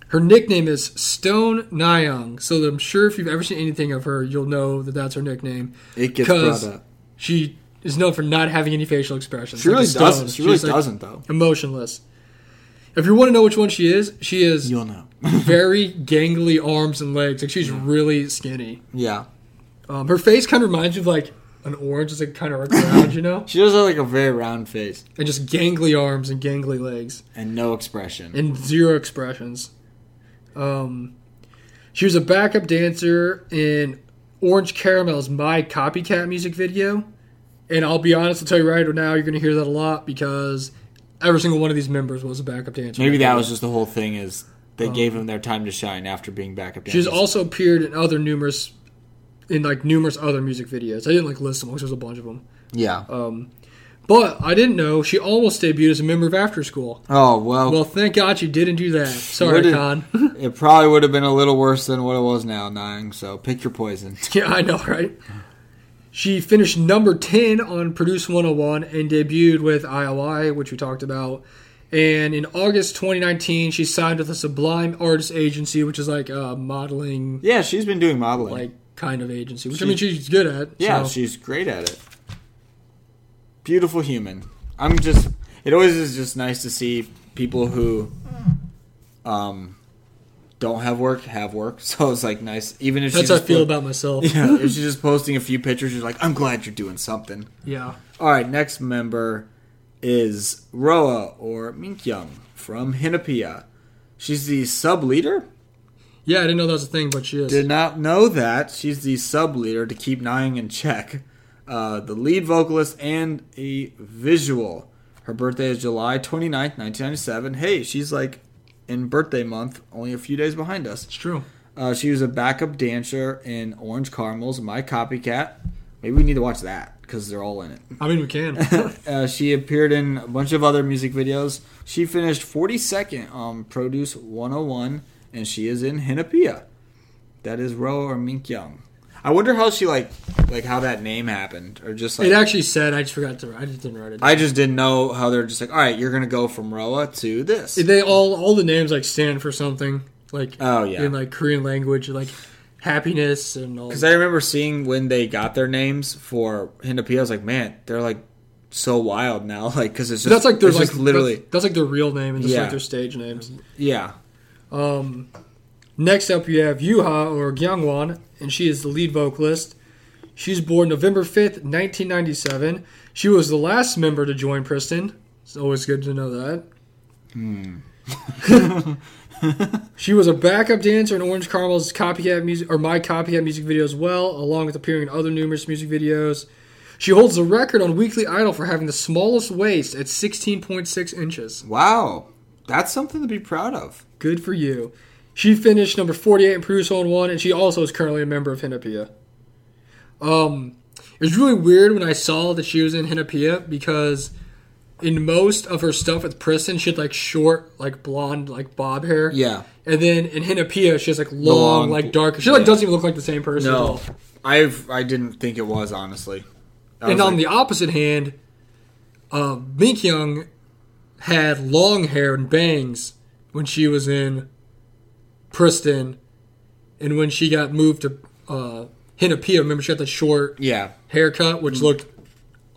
Her nickname is Stone Nayoung. So I'm sure if you've ever seen anything of her, you'll know that that's her nickname.
It gets
'Cause
brought up.
She is known for not having any facial expressions.
She
Like
really
a stone.
doesn't. She really
She's, like,
doesn't though.
Emotionless. If you want to know which one she is, she
[laughs]
is
You'll know.
very gangly arms and legs. Like she's really skinny.
yeah,
Um, her face kind of reminds you of like an orange. It's like kind of round, you know,
she does have like a very round face
and just gangly arms and gangly legs
and no expression.
and zero expressions. Um, she was a backup dancer in Orange Caramel's "My Copycat" music video, and I'll be honest, I'll tell you right now, you're going to hear that a lot because every single one of these members was a backup dancer.
Maybe that was just the whole thing. Is they gave them their time to shine after being backup dancers.
She's also appeared in other numerous, in like numerous other music videos. I didn't like list them because there's a bunch of them. Um,
yeah.
But I didn't know she almost debuted as a member of After School.
oh well,
Well, thank God she didn't do that. Sorry,
did-
Con.
it probably would have been a little worse than what it was now, Nang. So pick your poison. [laughs]
[laughs] yeah, I know, right? She finished number 10 on Produce 101 and debuted with IOI, which we talked about. And in August 2019, she signed with the Sublime Artist Agency, which is like a modeling,
Yeah, she's been doing modeling.
like kind of agency, which I
She-
mean, she's good at.
Yeah,
so.
she's great at it. Beautiful human. I'm just. It always is just nice to see people who, um, don't have work have work. [laughs] So it's like nice, even if
That's
she
how I
just
feel
po-
about myself.
[laughs] Yeah,
[laughs]
if she's just posting a few pictures, she's like, "I'm glad you're doing something."
yeah.
All right, next member is Roa or Minkyung from Hinapia. She's the sub leader.
Yeah, I didn't know that was a thing, but she is.
Did not know that. She's the sub leader to keep Nying in check. Uh, the lead vocalist and a visual. Her birthday is July 29th, 1997. Hey, she's like in birthday month, only a few days behind us.
it's true.
Uh, she was a backup dancer in Orange Caramel's My Copycat. Maybe we need to watch that because they're all in it.
I mean, we
[laughs]
can.
uh, she appeared in a bunch of other music videos. She finished 42nd on Produce 101, and she is in Hinapia. That is Ro or Minkyung. I wonder how she like like how that name happened, or just like
it actually said, I just forgot to, I just didn't write it. down.
I just didn't know how they're just like, all right, you're gonna go from Roa to this.
they all, all the names like stand for something, like
Oh yeah,
in like Korean language, like happiness and all.
because I remember seeing when they got their names for Hinapia. I was like, man, they're like so wild now, [laughs] like because it's just
that's like their
it's
like
just literally
That's, that's like their real name and just
Yeah.
like their stage names.
yeah.
Um, next up, you have Yuha or Gyeongwon, and she is the lead vocalist. She's born November 5th, 1997. She was the last member to join Princeton. It's always good to know that. [laughs] she was a backup dancer in Orange Caramel's copycat music or my copycat music video as well, along with appearing in other numerous music videos. She holds the record on Weekly Idol for having the smallest waist at 16.6 inches.
Wow, that's something to be proud of.
Good for you. She finished number 48 in Produce on One, and she also is currently a member of Hinapia. Um, it was really weird when I saw that she was in Hinapia because in most of her stuff with Preston, she had like short, like blonde, like bob hair.
Yeah.
And then in Hinapia, she has like
long-
long, like dark. She like
yeah.
doesn't even look like the same person at all.
No, I've I didn't think it was honestly. I
And
was
on
like,
the opposite hand, uh, Minkyung had long hair and bangs when she was in Princeton, and when she got moved to uh, Hinapia, remember she got the short
yeah,
haircut, which
Mm-hmm.
looked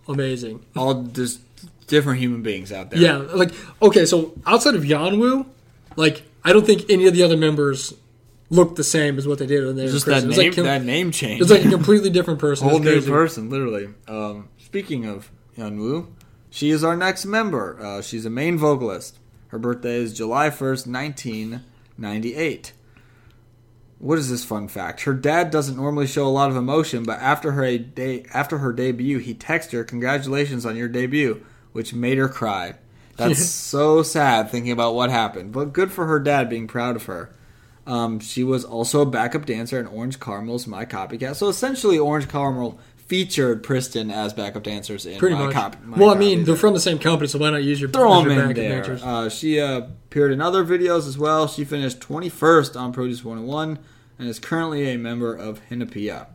amazing.
all just different human beings out there.
Yeah, like okay, so outside of Yanwu, like I don't think any of the other members looked the same as what they did when they were
Just
in
that
prison.
name,
it was like,
that name change.
it was like a completely different person.
[laughs] whole
It's
new
crazy.
person, literally. Um, speaking of Hyun Woo, she is our next member. Uh, she's a main vocalist. Her birthday is July 1st, 1998. What is this fun fact? Her dad doesn't normally show a lot of emotion, but after her de- after her debut, he texted her, "Congratulations on your debut," which made her cry.
[laughs]
That's so sad thinking about what happened, but good for her dad being proud of her. Um, she was also a backup dancer in Orange Caramel's My Copycat. So essentially, Orange Caramel featured Priston as backup dancers in
Pretty
My
much.
Cop- My
well, I
Copy
mean, they're
there.
from the same company, so why not use your
throw
use your
them in
backup
there.
dancers?
Uh, she uh, appeared in other videos as well. She finished 21st on Produce 101 and is currently a member of Hinapia.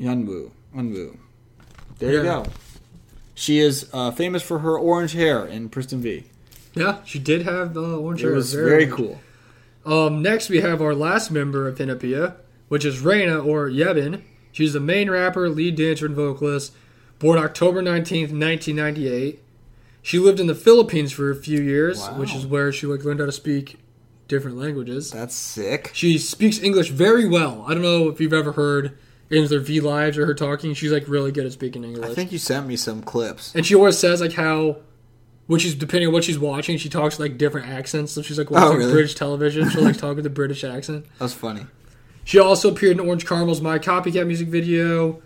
Yunwoo. Yunwoo. There you
Yeah.
go. She is uh, famous for her orange hair in Priston V.
Yeah, she did have uh, orange
It
hair.
was
Very
very
much.
cool.
Um, next, we have our last member of Hinapia, which is Reina or Yebin. She's the main rapper, lead dancer, and vocalist. Born October 19th, 1998. She lived in the Philippines for a few years,
Wow.
which is where she like learned how to speak different languages.
That's sick.
She speaks English very well. I don't know if you've ever heard any of their V lives or her talking. She's like really good at speaking English.
I think you sent me some clips.
And she always says like how when she's depending on what she's watching, she talks like different accents. So she's like watching
Oh, really?
British television, she'll like talk with a British accent.
That was funny.
She also appeared in Orange Caramel's My Copycat music video.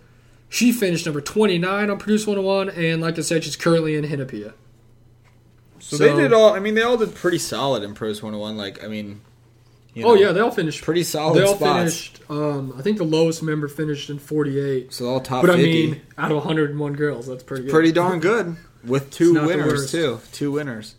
She finished number 29 on Produce 101, and like I said, she's currently in Hinapia.
So, they did all. I mean, they all did pretty solid in Pros 101. Like, I mean, you
Oh,
know,
yeah, they all finished.
pretty solid
they all
spots.
finished. Um, I think the lowest member finished in 48.
So all top
But I
50.
mean, out of 101 girls, that's pretty good.
[laughs] pretty darn good with two
not the
winners
worst.
too. Two winners.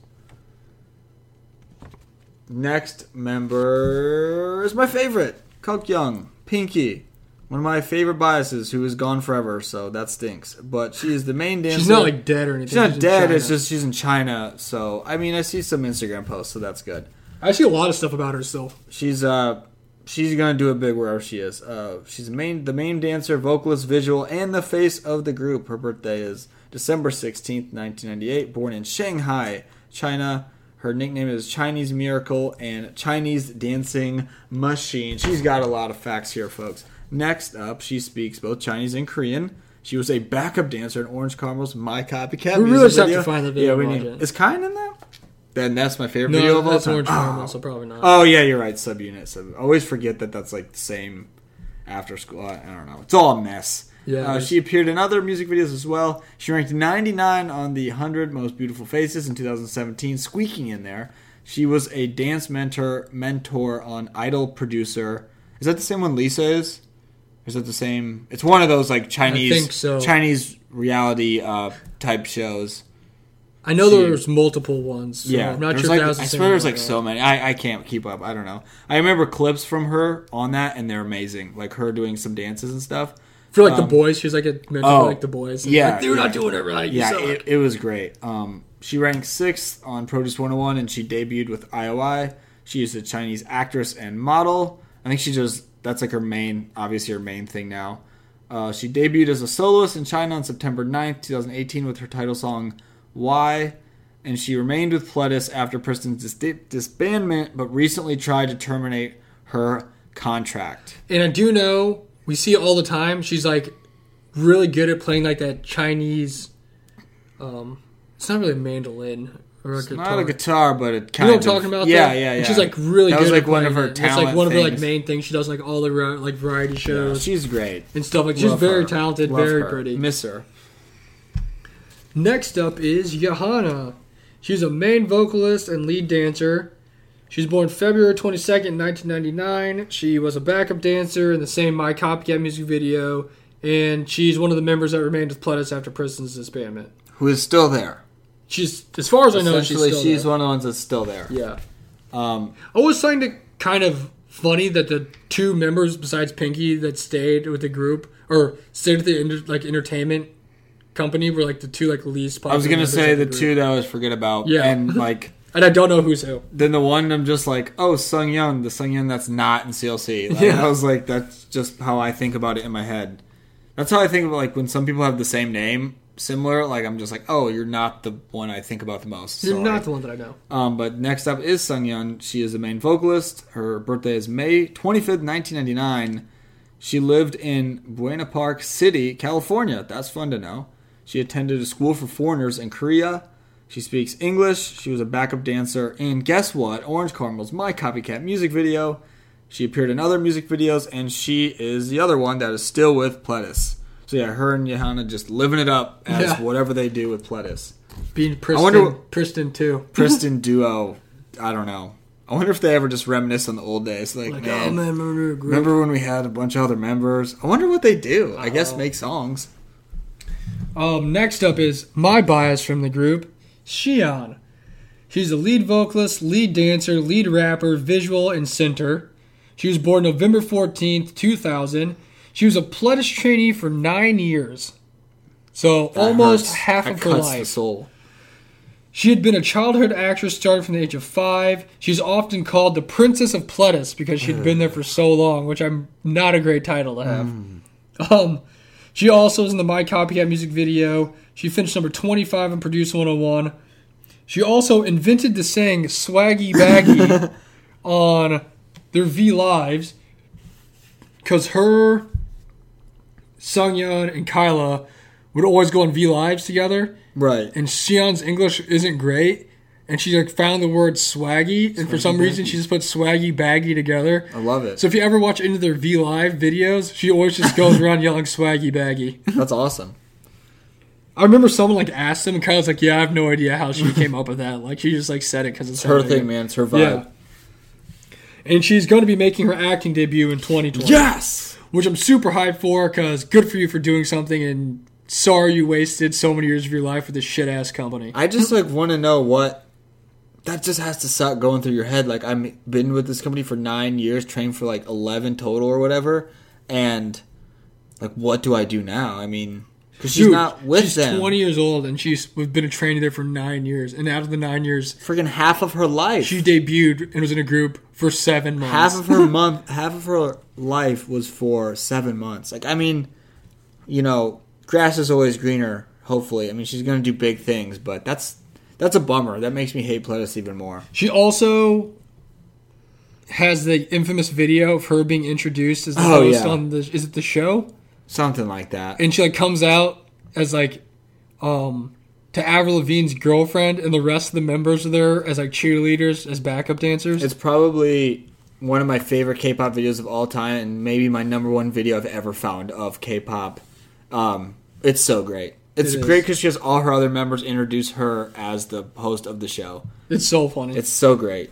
Next member is my favorite, Cook Young, Pinky. One of my favorite biases who is gone forever, so that stinks. But she is the main dancer.
She's not like dead or anything.
She's not
in
dead,
China.
it's just she's in China. So I mean I see some Instagram posts, so that's good.
I see a lot of stuff about her still.
She's uh she's gonna do it big wherever she is. Uh she's the main the main dancer, vocalist, visual, and the face of the group. Her birthday is December sixteenth, nineteen ninety eight, born in Shanghai, China. Her nickname is Chinese Miracle and Chinese Dancing Machine. She's got a lot of facts here, folks. Next up, she speaks both Chinese and Korean. She was a backup dancer in Orange Caramel's My Copycat.
We really
music
just have to
video.
find the video
Yeah, we
and watch
need.
it.
Is Kind in that? Then that's my favorite
No,
video of all
that's
time.
Orange
Oh,
Caramel, so probably not.
Oh yeah, you're right. Subunit. Sub. Always forget that that's like the same after school. I, I don't know. It's all a mess.
Yeah, it
Uh,
is.
she appeared in other music videos as well. She ranked 99 on the 100 most beautiful faces in 2017, squeaking in there. She was a dance mentor mentor on Idol producer. Is that the same one Lisa is? Or is that the same? It's one of those like Chinese
think so.
Chinese reality uh, type shows.
I know there
She-
was multiple ones. So
Yeah,
I'm not
there's
sure
like,
if that was the
I
same
swear there's
one or
like
not.
so many. I, I can't keep up. I don't know. I remember clips from her on that, and they're amazing. Like her doing some dances and stuff.
For like the
um,
boys, she's like a mentor
oh,
for, like the boys. And
yeah,
like, they're
yeah.
not doing it right. you
Yeah,
suck."
it, it was great. Um, she ranked sixth on Produce 101, and she debuted with IOI. She is a Chinese actress and model. I think she just that's like her main, obviously her main thing now. Uh, she debuted as a soloist in China on September 9th, 2018, with her title song "Why." And she remained with Pledis after Priston's dis- disbandment, but recently tried to terminate her contract.
and I do know we see it all the time. She's like really good at playing like that Chinese. Um, it's not really a mandolin or a guitar.
Not a guitar, but it
you
kind
know
of
what I'm talking about?
Yeah,
though?
yeah, yeah.
And she's like really
That
good.
was like
at
one of
playing
her
it.
talent.
It's like one of her like
things.
main things. She does like all the ra- like variety shows
She's great.
and stuff. Like she's
Love
very
her.
talented,
Love
very
her.
pretty.
Miss her.
Next up is Johanna. She's a main vocalist and lead dancer. She's born February 22nd, 1999. She was a backup dancer in the same My Copycat music video, and she's one of the members that remained with Pledis after Prison's disbandment.
Who is still there.
She's, as far as I know, she's
Essentially,
still
she's
there.
one of the ones that's still there.
Yeah.
Um,
I always find it kind of funny that the two members besides Pinky that stayed with the group or stayed at the inter- like entertainment company were like the two like least popular.
I was going to
members
say
of
the
group.
two that I was forget about.
Yeah. [laughs]
And, like,
and I don't know who's who.
then the one I'm just like, oh, Sung Young, the Sung Young that's not in CLC. Like,
Yeah.
I was like, that's just how I think about it in my head. That's how I think about, like, when some people have the same name, similar. Like I'm just like, oh, you're not the one I think about the most.
You're
Sorry.
not the one that I know.
Um, but next up is Sunyeon. She is the main vocalist. Her birthday is May 25th, 1999. She lived in Buena Park City, California. That's fun to know. She attended a school for foreigners in Korea. She speaks English. She was a backup dancer. And guess what? Orange Cardinals, my copycat music video. She appeared in other music videos, and she is the other one that is still with Pledis. So yeah, her and Johanna just living it up as
Yeah.
whatever they do with Pledis.
Being Priston,
wonder what-
Priston too.
Priston duo. I don't know. I wonder if they ever just reminisce on the old days. Like,
Like, oh
man,
man, remember, we were great.
remember when we had a bunch of other members? I wonder what they do. I guess
Oh.
make songs.
Um, next up is my bias from the group, Shion. She's the lead vocalist, lead dancer, lead rapper, visual, and center. She was born November 14th, 2000. She was a Pledis trainee for nine years. So
That
almost
hurts.
half
That
of her
cuts
life.
The soul.
She had been a childhood actress starting from the age of five. She's often called the Princess of Pledis because she'd been there for so long, which I'm not a great title to have. Um, she also was in the My Copycat music video. She finished number 25 in Produce 101. She also invented the saying swaggy baggy on their V Lives because her, Sungyeon, and Kyla would always go on V Lives together
Right.
and Xion's English isn't great, and she like found the word swaggy, and for some reason she just put swaggy baggy together.
I love it.
So if you ever watch any of their V Live videos, she always
[laughs]
just goes around yelling swaggy baggy.
That's awesome.
I remember someone like asked him, and Kyle's like, "Yeah, I have no idea how she came up with that. Like she just like said it because it's
It's her thing, man. It's her
Yeah.
vibe.
And she's going to be making her acting debut in 2020,
Yes.
which I'm super hyped for because good for you for doing something, and sorry you wasted so many years of your life with this shit ass company.
I just like want to know what. That just has to suck going through your head. Like I've been with this company for nine years, trained for like eleven total or whatever, and like what do I do now? I mean, because she's
Dude,
not with
she's
them.
20 years old and she's we've been a trainee there for nine years. And out of the nine years,
Freaking half of her life.
she debuted and was in a group for seven months.
half of her month half of her life was for seven months like i mean you know grass is always greener hopefully i mean she's gonna do big things but that's that's a bummer that makes me hate Pledis even more
she also has the infamous video of her being introduced as the
Oh,
host
yeah.
on the is it the show?
something like that
And she like comes out as like um to Avril Lavigne's girlfriend and the rest of the members are there as like cheerleaders, as backup dancers.
it's probably one of my favorite k-pop videos of all time and maybe my number one video i've ever found of k-pop um, it's so great it's
It is.
great because she has all her other members introduce her as the host of the show
It's so funny.
it's so great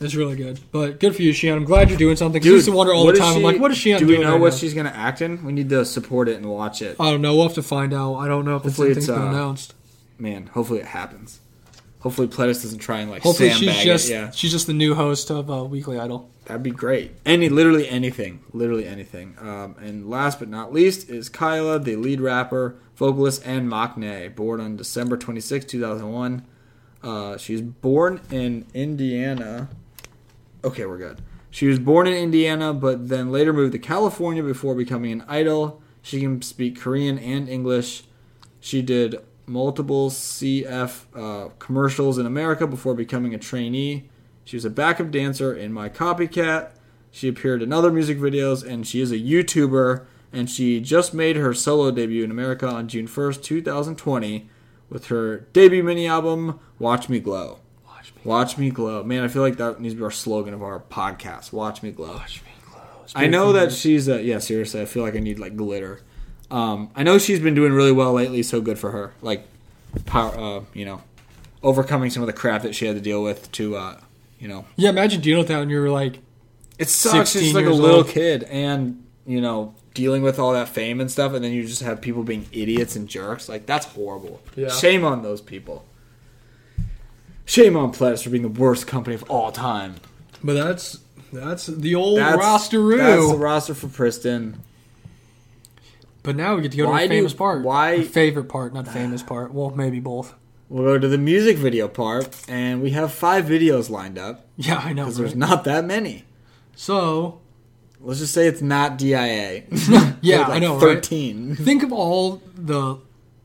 It's really good. But good for you, Shion. I'm glad you're doing something. 'cause I used to wonder all the
what is
time. I'm
she-
like, what is Shion
Do
doing
we know
right
what
now?
she's gonna act in? We need to support it and watch it.
I don't know. We'll have to find out. I don't know if
Hopefully
it's
it's,
anything's been
uh,
announced.
Man, hopefully it happens. Hopefully Pledis doesn't try and like
Hopefully,
sandbag
she's just
it. Yeah,
she's just the new host of uh, Weekly Idol.
that'd be great. Any, literally anything, literally anything. Um, and last but not least is Kyla, the lead rapper, vocalist, and Machne, born on December 26, 2001. Uh, she was born in Indiana. Okay, we're good. She was born in Indiana, but then later moved to California before becoming an idol. She can speak Korean and English. She did multiple CF uh, commercials in America before becoming a trainee. She was a backup dancer in My Copycat. She appeared in other music videos, and she is a YouTuber. And she just made her solo debut in America on June 1st, 2020, with her debut mini album, Watch Me Glow.
Watch me,
Watch me glow, man. I feel like that needs to be our slogan of our podcast. Watch me glow.
watch me close.
I know that she's a, yeah. Seriously, I feel like I need like glitter. Um, I know she's been doing really well lately, so good for her. Like, power, uh, you know, overcoming some of the crap that she had to deal with to, uh, you know,
Yeah, imagine dealing with that when you're like,
it sucks. She's
16
like a
years
little
old.
kid, and you know, dealing with all that fame and stuff, and then you just have people being idiots and jerks. Like that's horrible.
Yeah.
Shame on those people. Shame on Pledis for being the worst company of all time.
but that's that's the old
That's-
rosteroo.
That's the roster for Princeton.
but now we get to go to
Why
the
do-
famous part.
why-
Our favorite part, not famous part. Well, maybe both. [laughs]
We'll go to the music video part, and we have five videos lined up
Yeah, I know.
because
right?
there's not that many.
so
Let's just [laughs] say it's not DIA.
[laughs] Yeah,
Like
I know, right?
Thirteen.
think of all the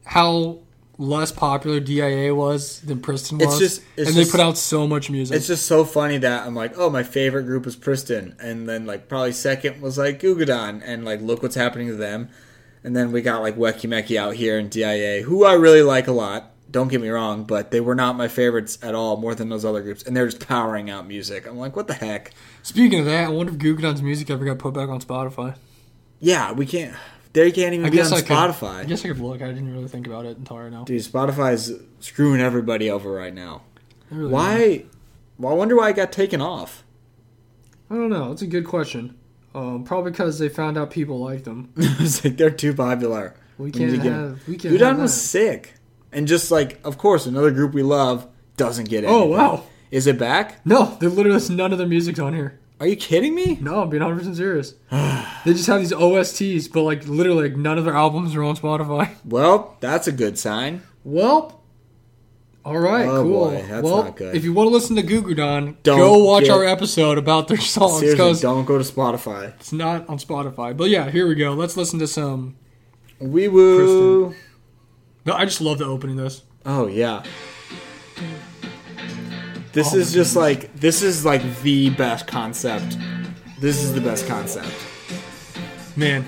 how less popular DIA was than Priston was.
It's just- it's
and they
just-
put out so much music.
It's just so funny that I'm like, oh, my favorite group is Priston, and then like probably second was like Gugadon, and like look what's happening to them, and then we got like Wekimeki out here and DIA, who I really like a lot. Don't get me wrong, but they were not my favorites at all, more than those other groups, and they're just powering out music. I'm like, what the heck?
Speaking of that, I wonder if Guggenheim's music ever got put back on Spotify.
Yeah, we can't. They can't even
I
be on
guess I could-
Spotify.
I guess I could look. I didn't really think about it until right now.
Dude, Spotify's screwing everybody over right now.
I really don't.
Why? Well, I wonder why it got taken off. [laughs]
I don't know. It's a good question. Um, probably because they found out people liked them.
it's like they're too popular. We
We
need to
can't
get-
have. We can't. Have
Udon was
that.
sick, and just like of course another group we love doesn't get it.
Oh wow!
is it back?
No, there literally is none of their music's on here.
Are you kidding me?
No, I'm being 100 percent
[sighs]
serious. they just have these OSTs, but like literally, like, none of their albums are on Spotify. [laughs]
Well, that's a good sign.
Welp. All right,
Oh,
cool.
boy, that's
well,
not good.
if you want to listen to Gugudon,
Don't
go watch
get-
our episode about their songs
Seriously,
because
don't go to Spotify.
it's not on Spotify. But yeah, here we go. Let's listen to some.
We woo.
No, I just love the opening. of This
Oh yeah. This
Oh,
is just like this is like the best concept. This is the best concept.
man,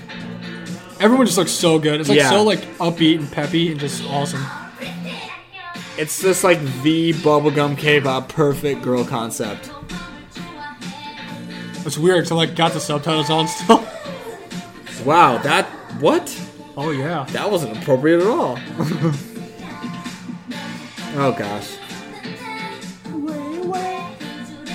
everyone just looks so good. It's like
Yeah.
so like upbeat and peppy and just awesome.
It's just like the bubblegum K-pop perfect girl concept.
It's weird. So like got the subtitles on still. [laughs]
Wow, that what?
oh yeah.
That wasn't appropriate at all. [laughs] oh gosh.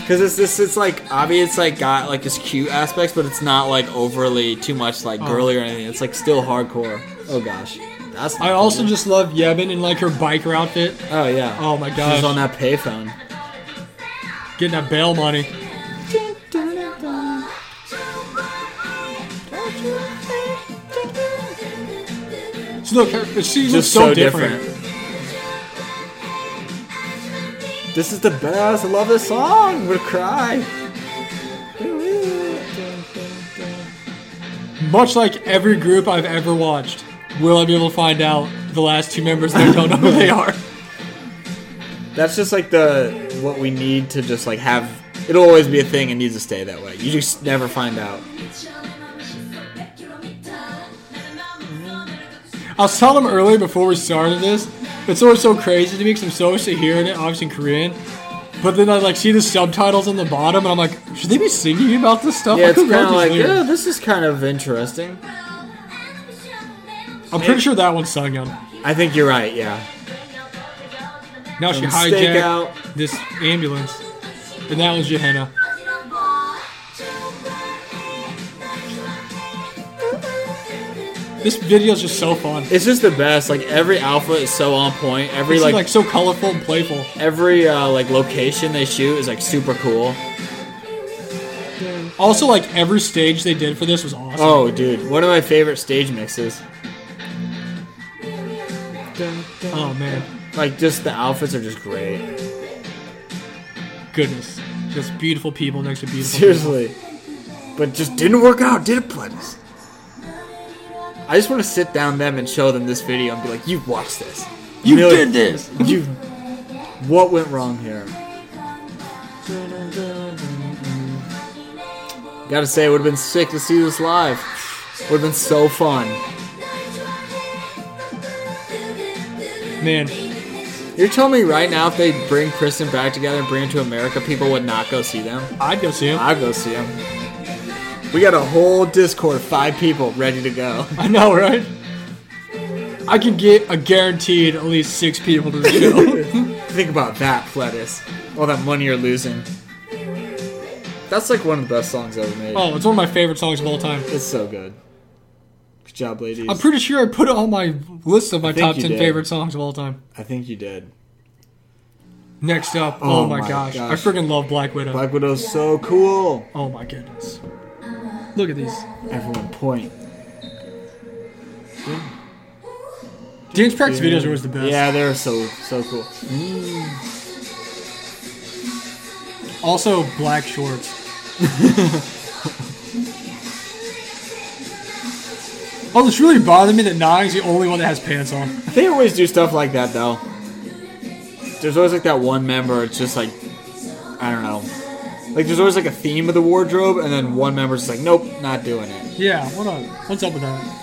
Cause it's this, it's like obvious, it's like got like this cute aspects, but it's not like overly too much
Oh.
like girly or anything. It's like still hardcore. Oh gosh, that's.
I also just love Yevon in like her biker outfit,
Oh yeah.
Oh, my
She's
gosh.
on that payphone.
getting that bail money. She look, her, she looks
Just
so,
so
different.
different. This is the best. I love this song. I'm gonna cry.
Much like every group I've ever watched, will I be able to find out the last two members that I don't know who they are?
That's just like the what we need to just like have. It'll always be a thing and needs to stay that way. You just never find out.
I was telling them earlier before we started this, it's always so crazy to me because I'm so used to hearing it, obviously in Korean. But then I like see the subtitles on the bottom, and I'm like, should they be singing about this stuff?
Yeah, [laughs]
I
it's
could've
kind
wrote
of
these
like,
lyrics.
yeah, this is kind of interesting.
I'm pretty sure that one's sung on.
I think you're right, yeah.
Now she
Um, stake
hijacked
out.
this ambulance, and that was Johanna. This video is just so fun.
It's just the best. Like, every outfit is so on point. Every,
It's like,
like,
so colorful and playful.
every, uh, like, location they shoot is, like, super cool.
Also, like every stage they did for this was awesome.
Oh, dude. One of my favorite stage mixes.
Oh, man,
Like, just the outfits are just great. [laughs]
goodness, just beautiful people next to beautiful.
Seriously. But just didn't work out, did it, Plebs? I just want to sit down them and show them this video and be like, you watched this.
people. you
Really-
did this.
[laughs] You. What went wrong here? Gotta say, it would have been sick to see this live. Would have been so fun.
Man,
You're telling me right now, if they bring Kristen back together and bring her to America, people would not go see them?
I'd go see him.
I'd go see them. We got a whole Discord of five people ready to go. [laughs]
[laughs] I know, right? I can get a guaranteed at least six people to the
[laughs]
show.
Think about that, Fletus. All that money you're losing. That's like one of the best songs ever made.
oh, it's one of my favorite songs of all time.
It's so good. Good job, ladies.
I'm pretty sure I put it on my list of my
think
top
you
ten
did.
favorite songs of all time.
I think you did.
Next up, oh,
Oh
my,
my
gosh. I
gosh.
freaking love Black Widow.
Black Widow's so cool.
oh my goodness. Look at these.
Everyone point.
Dance practice videos are always the best.
Yeah, they're so so cool.
Also,
[laughs]
black shorts. Oh, it's really bothering me that Nog's the only one that has pants on.
They always do stuff like that though. There's always like that one member. It's just like I don't know. Like there's always like a theme of the wardrobe, and then one member's just like, nope, not doing it.
Yeah, what up? What's up with that?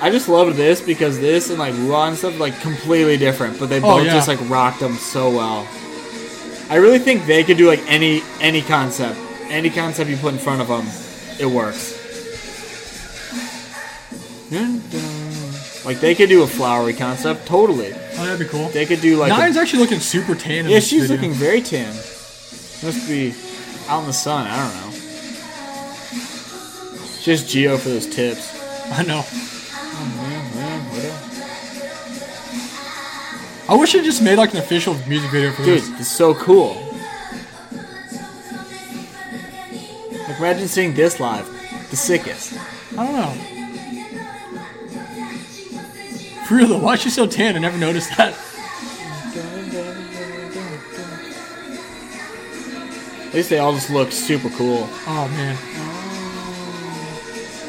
I just love this because this and like Raw and stuff like completely different, but they both
yeah.
just like rocked them so well. I really think they could do like any any concept, any concept you put in front of them, it works. Dun, dun. Like they could do a flowery concept totally.
Oh, that'd be cool.
They could do like a-
Nine's actually looking super tan. In
yeah,
this
she's
video.
looking very tan. Must be out in the sun. I don't know. Just Geo for those tips.
[laughs] I know. I wish I just made like an official music video for
Dude,
this.
it's so cool. Like, imagine seeing this live. The sickest.
I don't know. For real though, why is she so tan? I never noticed that.
At least they all just look super cool.
Oh man. [laughs]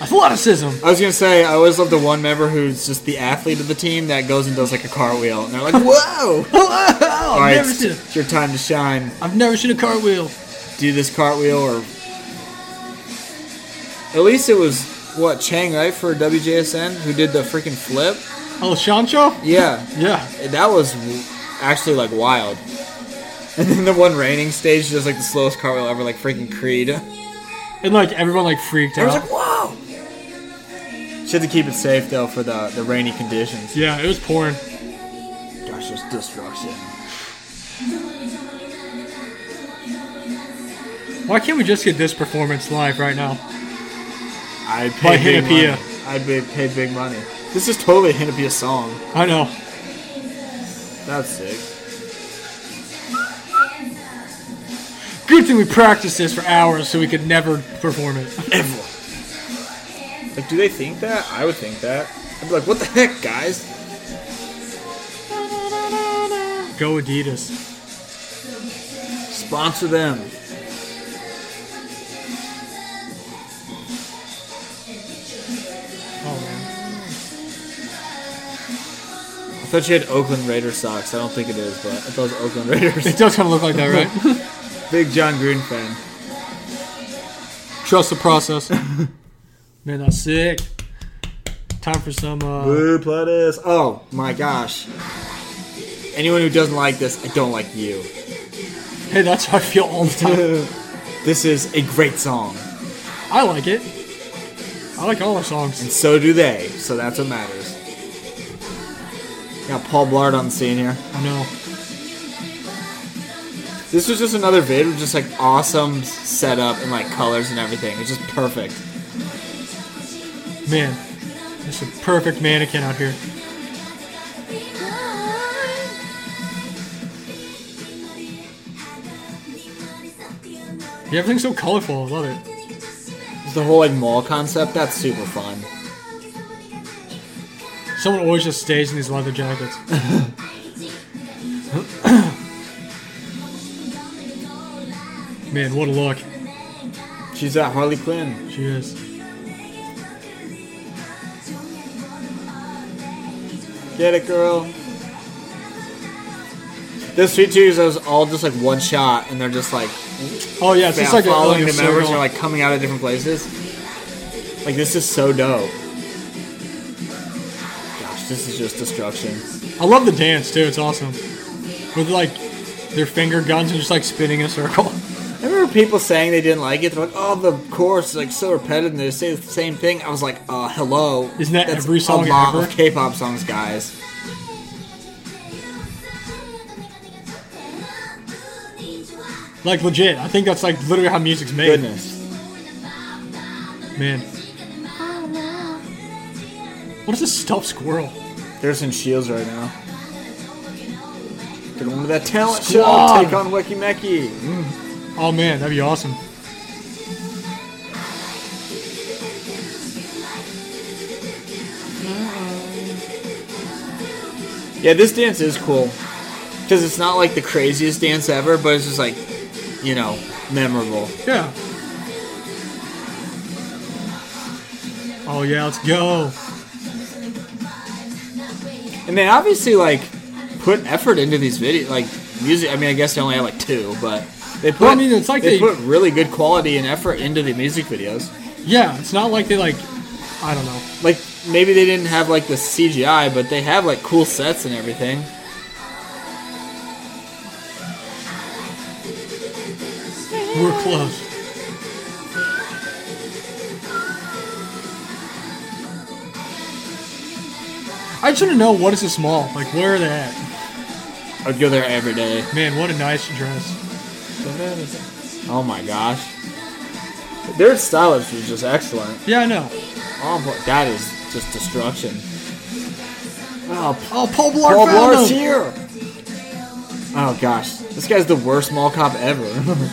Athleticism.
I was gonna say, I always love the one member who's just the athlete of the team that goes and does like a cartwheel, and they're
[laughs]
like, "Whoa!"
I've,
all right,
Oh, never seen,
it's your time to shine.
I've never seen a cartwheel.
do this cartwheel or at least it was what Chang right for WJSN who did the freaking flip.
Oh, Shancho?
Yeah,
Yeah.
that was w- actually like wild. [laughs] And then the one raining stage does like the slowest cartwheel ever, like freaking Creed. [laughs] I
And like everyone like freaked
was
out.
like, whoa. She had to keep it safe though for the the rainy conditions.
yeah, it was porn.
Gosh, there's destruction.
Why can't we just get this performance live right now?
I
By
paid big money.
Hinapia.
I paid big money. This is totally a Hinapia song.
I know.
That's sick.
Good thing we practiced this for hours so we could never perform it.
Ever. Like, do they think that? I would think that. I'd be like, what the heck, guys?
Go Adidas.
Sponsor them.
Oh man.
I thought you had Oakland Raiders socks. I don't think it is, but I thought it was Oakland
It [laughs]
Raiders.
does kind of look like that, right?
Big John Green fan.
Trust the process. man, that's sick. Time for some. Uh,
Blue Plattis. Oh my gosh. Anyone who doesn't like this, I don't like you.
hey, that's how I feel all the time.
this is a great song,
I like it. I like all our songs.
and so do they. So that's what matters. Got Paul Blart on the scene here.
I know.
This was just another vid with just like awesome setup and like colors and everything. It's just perfect.
Man, there's a perfect mannequin out here. Yeah, everything's so colorful. I love it.
The whole like mall concept, that's super fun.
Someone always just stays in these leather jackets. Man, what a look.
She's at Harley Quinn.
She is.
Get it, girl. Those sweet twos, those all just like one shot, and they're just like,
Oh yeah, it's
yeah,
just like a,
following
like a
the members,
circle.
and like coming out of different places. Like this is so dope. Gosh, this is just destruction.
I love the dance too. It's awesome. With like their finger guns and just like spinning in a circle. [laughs]
I remember people saying they didn't like it. They're like, "Oh, the chorus is like so repetitive. and They say the same thing." I was like, "Uh, hello."
Isn't that
That's
every song
a lot
ever?
of K-pop songs, guys?
Like legit. I think that's like literally how music's made.
Goodness,
Man. What is this stuffed squirrel?
they're in shields right now. They're going to that talent
Squad.
show. Take on Weki Meki.
Oh man, that'd be awesome.
Yeah, this dance is cool because it's not like the craziest dance ever, but it's just like you know, memorable.
Yeah. Oh yeah, let's go.
And they obviously like put effort into these videos, like music. I mean, I guess they only have like two, but they put.
Well, I mean, it's like
they,
they-
put really good quality and effort into the music videos.
Yeah, it's not like they like I don't know.
Like maybe they didn't have like the CGI, but they have like cool sets and everything.
We're close. I just want to know what is this mall? Like, where are they at?
I'd go there every day.
Man, what a nice dress.
Oh my gosh, their stylist was just excellent.
Yeah, I know.
Oh, boy, that is just destruction. Oh,
Oh, Paul Blart
Paul
found
Blart
them.
here. Oh gosh, this guy's the worst mall cop ever. [laughs]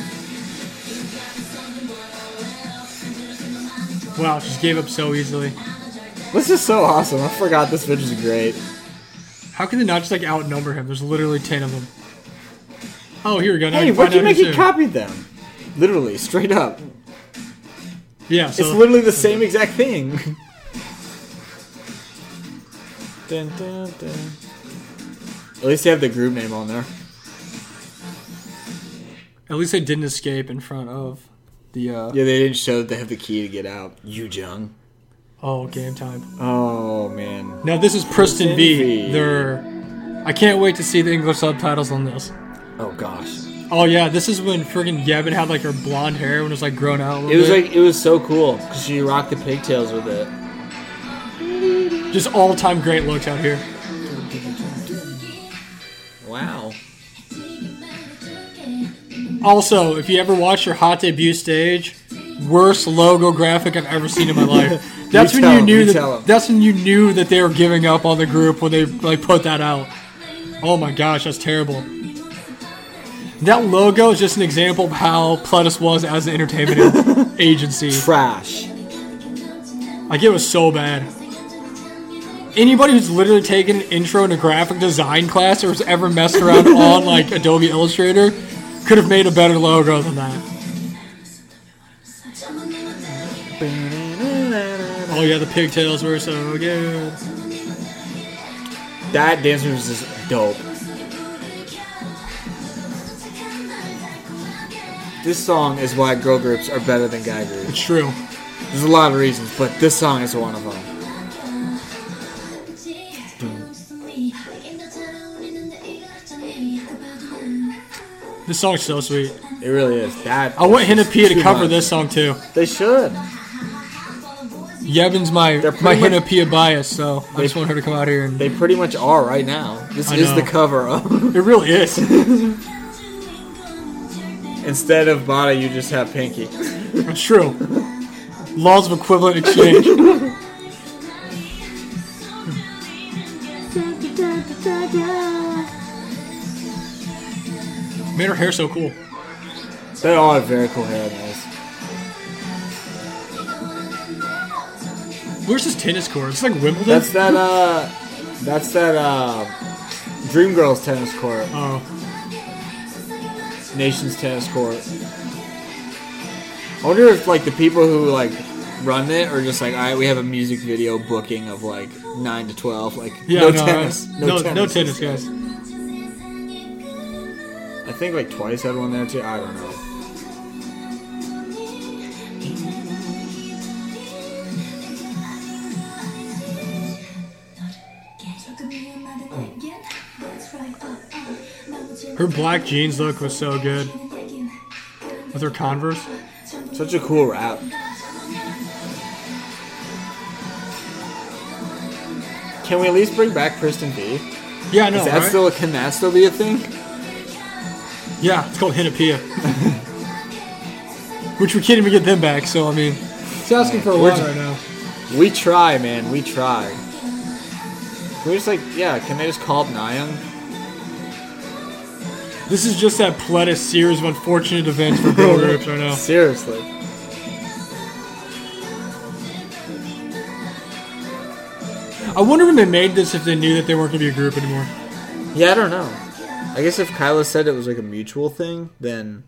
Wow, she just gave up so easily.
this is so awesome. I forgot this bitch is great.
How can they not just like outnumber him? There's literally ten of them. Oh, here we go. Now
Hey,
you find
Ricky
out who's
Mickey
who.
copied them. Literally, straight up.
Yeah, so
It's literally the same exact
[laughs]
thing. Dun, dun, dun. At least they have the group name on there.
at least they didn't escape in front of the. uh
Yeah, they didn't show that they have the key to get out. You Jung.
Oh, game time.
Oh man.
Now this is Preston
Preston
B.
B.
They're. I can't wait to see the English subtitles on this.
Oh gosh.
Oh yeah, this is when friggin' Yavin had like her blonde hair when it was like grown out. a little
It was
bit.
like it was so cool because she rocked the pigtails with it.
just all time great looks out here.
Wow.
Also, if you ever watch her hot debut stage, worst logo graphic I've ever seen in
[laughs]
my life. [laughs] That's
You
when
tell
you
'em,
knew
you
that.
tell 'em.
That's when you knew that they were giving up on the group when they like put that out. Oh my gosh, that's terrible. That logo is just an example of how Pledis was as an
[laughs]
entertainment agency.
Trash.
Like it was so bad. Anybody who's literally taken an intro to graphic design class or has ever messed
[laughs]
around on like Adobe Illustrator could have made a better logo than that. Oh yeah, the pigtails were so good.
That dance move was just dope. This song is why girl groups are better than guy groups.
It's true.
There's a lot of reasons, but this song is one of them.
This song's so sweet.
It really is. That
I want Hina Pia to
Too
cover
much.
this song too.
They should.
Yevin's my
They're pretty
my
much-
Hina Pia bias, so I just want her to come out here and
They pretty much are right now. This
I
is the
know.
cover of. [laughs]
it really is.
Instead of Bada, you just have Pinky.
It's true. Laws of equivalent exchange. Made her hair so cool.
They all have very cool hair in this.
Where's this tennis court? It's like Wimbledon.
That's that. Uh, that's that. Uh, Dream Girls tennis court,
oh,
Nations tennis court. I wonder if like the people who like run it are just like, all right, we have a music video booking of like nine to twelve, like
yeah,
no,
no, I-
tennis, no,
no,
tennis,
no tennis, guys.
I think like twice had one there too. I don't know.
Her black jeans look was so good with her Converse.
Such a cool rap. Can we at least bring back Kristen B?
Yeah, I know.
Is that
right?
still can that still be a thing?
yeah, it's called Hinapia. [laughs] Which we can't even get them back. So I mean, it's asking for a
We're
lot
ju-
right now.
We try, man. We try. Can we just like, yeah? Can they just call up Nyang?
This is just that Pledis series of unfortunate events for
[laughs]
girl groups right now.
Seriously.
I wonder when they made this if they knew that they weren't gonna be a group anymore.
Yeah, I don't know. I guess if Kyla said it was like a mutual thing, then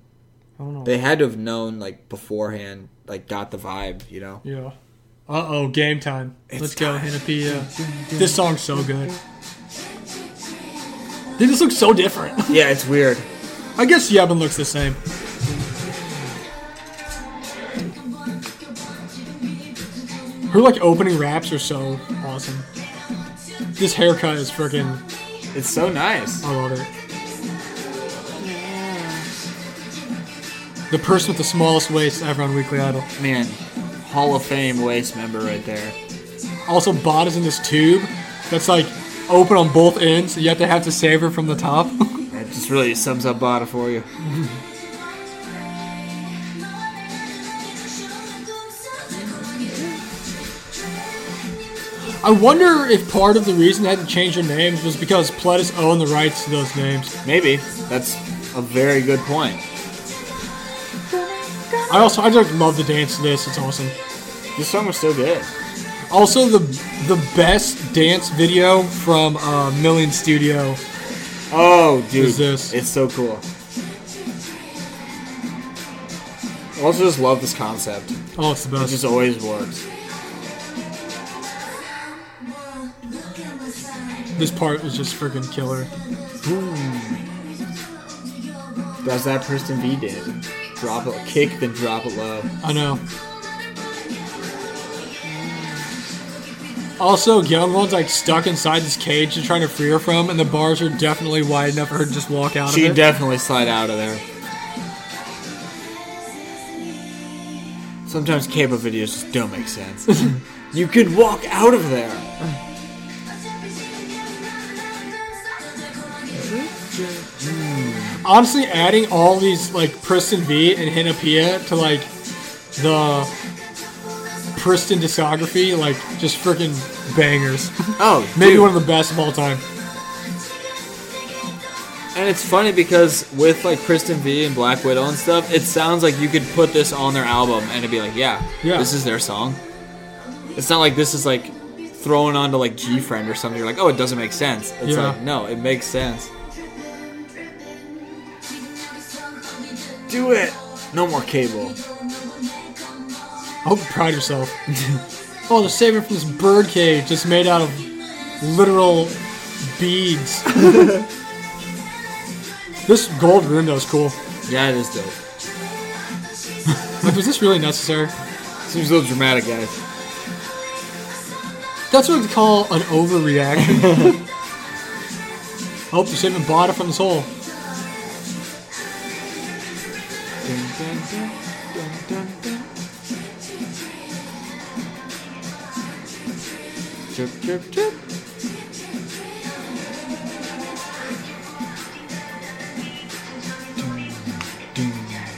don't know.
They had to have known like beforehand, like got the vibe, you know.
yeah. Uh oh, game time.
It's
Let's go,
time.
Hinapia. this song's so good. They just look so different.
[laughs] Yeah, it's weird.
I guess Yabin looks the same. Her like opening raps are so awesome. This haircut is freaking.
It's so nice.
I love it. The person with the smallest waist ever on Weekly Idol.
Man, Hall of Fame waist member right there.
Also, Bot is in this tube that's like open on both ends. You have to have to save her from the top. [laughs]
That just really sums up Bada for you.
I wonder if part of the reason they had to change their names was because Pledis owned the rights to those names.
Maybe that's a very good point.
I also I just love the dance to this. It's awesome.
This song was so good.
Also, the the best dance video from uh, Million Studio.
Oh, dude,
Is this-
it's so cool. I also just love this concept.
Oh, it's the
It
best.
just always works.
this part was just freaking killer.
Does that person V did? Drop it, kick, then drop it low.
I know. Also, Youngwon's like stuck inside this cage and trying to free her from, and the bars are definitely wide enough for her to just walk out
She
of it.
definitely slide out of there. Sometimes cable videos just don't make sense. [laughs] you could walk out of there.
Honestly, adding all these like Priston V and Hinapia to like the Priston discography, like just freaking bangers.
Oh,
[laughs] Maybe
dude.
one of the best of all time.
And it's funny because with like Kristen V and Black Widow and stuff, it sounds like you could put this on their album and it'd be like, yeah,
Yeah.
this is their song. It's not like this is like thrown onto like G Friend or something. You're like, oh, it doesn't make sense. It's
Yeah.
like, no, it makes sense. Do it. No more cable.
I hope you
[laughs]
pride yourself. oh, they're saving from this bird cage that's made out of literal beads.
[laughs]
this gold window's cool.
Yeah, it is dope.
Like, was this really necessary?
Seems a little dramatic, guys.
That's what they call an overreaction.
[laughs]
oh, they're saving Bada from this hole.
Chirp, chirp, chirp.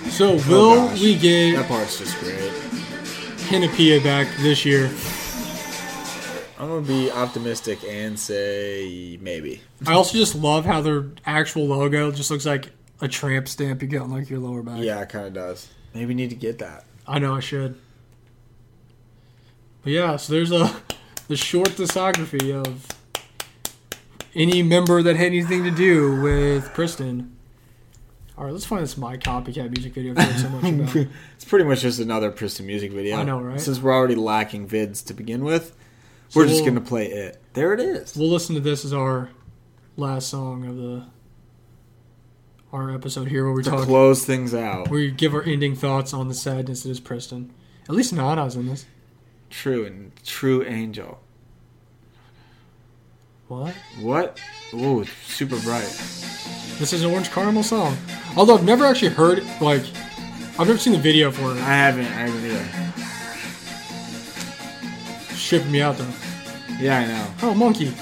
So, will
Oh, gosh.
we get
That part's just great.
Hinapia back this year?
I'm gonna be optimistic and say maybe.
I also just love how their actual logo just looks like a tramp stamp you get on like your lower back.
Yeah, it kind of does. Maybe we need to get [laughs] that.
I know I should. But yeah, so there's a [laughs] the short discography of any member that had anything to do with Kristen. All right, let's find this my copycat music video. I've heard so much about.
[laughs] it's pretty much just another Priston music video.
I know, right?
Since we're already lacking vids to begin with,
So
we're just
we'll-
gonna play it. There it is.
We'll listen to this as our last song of the our episode here, where we
To
talk,
close things out.
where we give our ending thoughts on the sadness that is Preston. At least Nana's in this.
True and true angel.
What?
What? Ooh, super bright.
This is an orange caramel song. Although I've never actually heard like I've never seen the video for it.
I haven't. I haven't either.
Shipping me out though.
Yeah, I know.
Oh, monkey.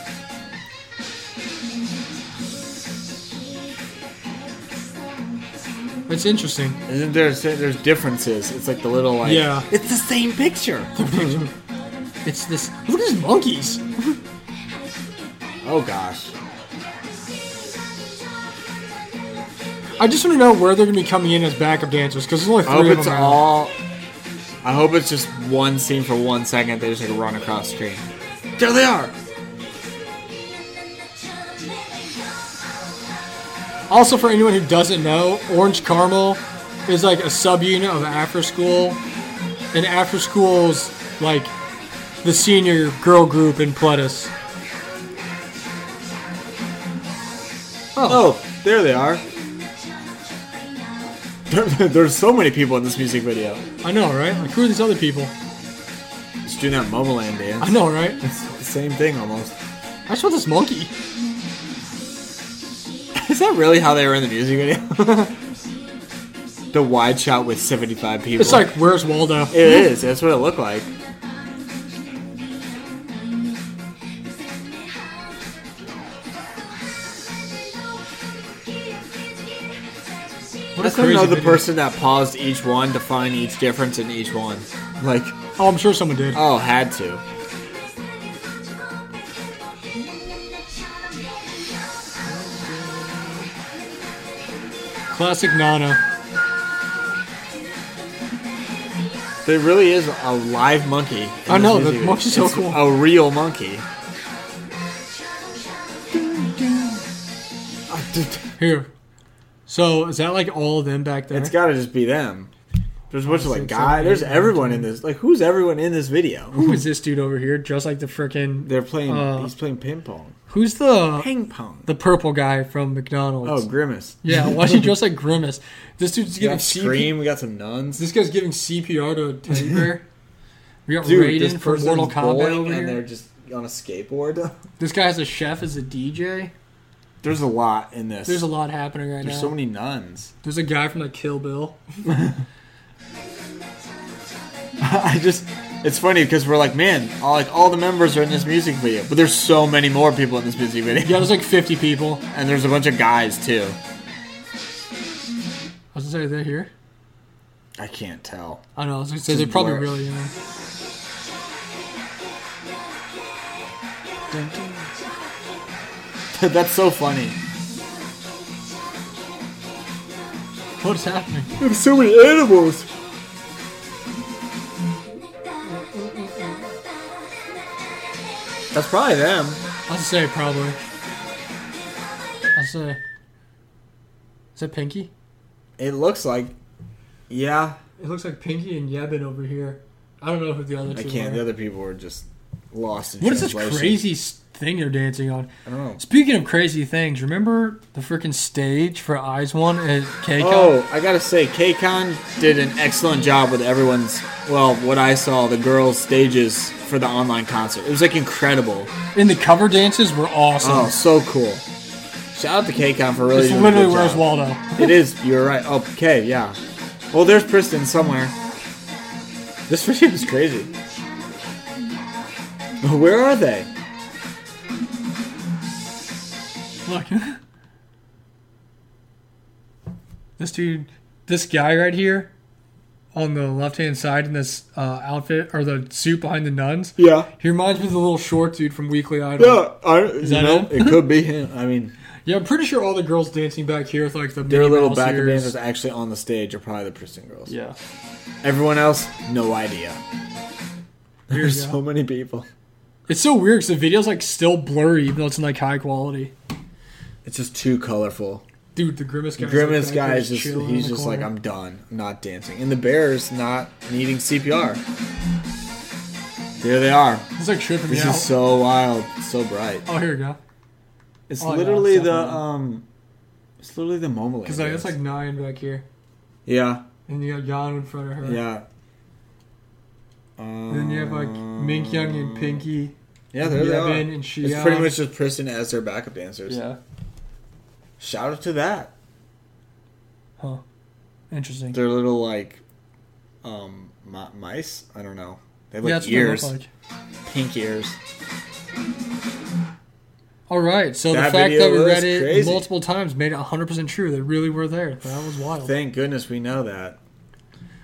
That's interesting. [laughs]
Isn't there? There's differences. It's like the little like.
Yeah.
It's the same picture.
It's this. Look at these monkeys.
oh gosh.
I just want to know where they're going to be coming in as backup dancers because there's only
I
three
hope Oh,
of
it's
them. now.
all. I hope it's just one scene for one second. They just like run across the screen. There they are.
Also, for anyone who doesn't know, Orange Caramel is like a subunit of after school, and after school's like the senior girl group in Pledis.
Oh, there they are. There, [laughs] there's so many people in this music video.
I know, right? Like, who are these other people?
Just doing that Mobile Land dance.
I know, right?
It's the same thing almost.
I just want this monkey.
[laughs] Is that really how they were in the music video? [laughs] the wide shot with 75 people.
It's like, where's Waldo?
It is. That's what it looked like.
What
I
a
still
crazy
know the
video.
person that paused each one to find each difference in each one. Like,
Oh, I'm sure someone did.
oh, had to.
Classic Nana.
There really is a live monkey. in
I
this
know,
music
the
video.
monkey's so
It's
cool.
A real monkey. Ah, dude,
Here. So is that like all of them back there?
It's got to just be them. There's a bunch of like
six,
guy.
seven,
There's
eight,
everyone in this. Like, who's everyone in this video?
Who is this dude over here? Just like the freaking.
They're playing.
Uh,
he's playing ping pong.
Who's the
Ping pong.
the purple guy from McDonald's?
Oh, grimace. [laughs]
yeah. Why is he dressed like Grimace? This dude's
We
giving
got
CP-
scream. We got some nuns.
This guy's giving CPR to a teddy bear. We got
Dude, this
Raiden from
person's
Mortal Kombat
bowling
over
and they're
here.
just on a skateboard. [laughs]
This guy has a chef as a DJ.
There's a lot in this.
There's a lot happening right
There's
now.
so many nuns.
There's a guy from like Kill Bill.
[laughs] I just, it's funny because we're like, man, all, like all the members are in this music video, but there's so many more people in this music video,
Yeah, there's like 50 people. I
and there's a bunch of guys too.
was gonna say they're here.
I can't tell. [laughs]
I don't know. I was gonna say
Just
they probably
blur.
really are.
That's so funny.
What is happening?
There's so many animals. That's probably them.
I'll say probably. I'll say. Is that Pinky?
It looks like, yeah.
It looks like Pinky and Yebin over here. I don't know who the other two
I can't.
are.
The other people were just lost. In
what is this
translation.
crazy s- thing they're dancing on?
I don't know.
Speaking of crazy things, remember the freaking stage for Eyes One at KCON?
Oh, I gotta say, KCON did an excellent job with everyone's. Well, what I saw, the girls' stages for the online concert. It was like incredible.
And the cover dances were awesome.
Oh, so cool. Shout out to KCON for really.
it's
doing a
literally
good
where's
job.
Waldo.
It is. You're right. Okay, yeah. Well, there's Kristen somewhere. This [laughs] video is crazy. Where are they?
Look. [laughs] this dude, this guy right here on the left hand side in this uh, outfit or the suit behind the nuns,
Yeah.
he reminds me of the little short dude from Weekly Idol.
Yeah, I, you
that
know,
him?
it could be him. I mean,
Yeah, I'm pretty sure all the girls dancing back here with like
[laughs]
the
their
Minnie
little
Mouse
backup
ears.
dancers actually on the stage are probably the Kristen girls. [laughs]
Yeah.
Everyone else, no idea. There's
go.
so many people.
It's so weird because the video's like still blurry even though it's in like high quality.
It's just too colorful.
Dude, the Grimace guy.
Grimace
like, back
guy
there
is just
chilling in
he's
the
just
corner.
like I'm done. I'm not dancing. And the bear's not needing CPR. There they are.
It's like tripping me
This
out.
is so wild. So bright.
oh, here we go.
It's
Oh, yeah,
literally
it's
the
definitely-
um it's literally the Momoland.
Because like, it's like nine back here.
Yeah.
And you got Jan in front of her.
Yeah.
And then you have like Mink Young and Pinky.
Yeah, there they are.
Yevin and Shion.
It's pretty much just Kristen as their backup dancers. Shout out to that.
Huh. Interesting.
They're little like um mi- mice. I don't know. They have
yeah,
like
that's
ears,
what they look like.
pink ears.
All right. So
That
the fact
video
that we
was
read it
crazy.
multiple times made it 100% true. They really were there. That was wild.
Thank goodness we know that.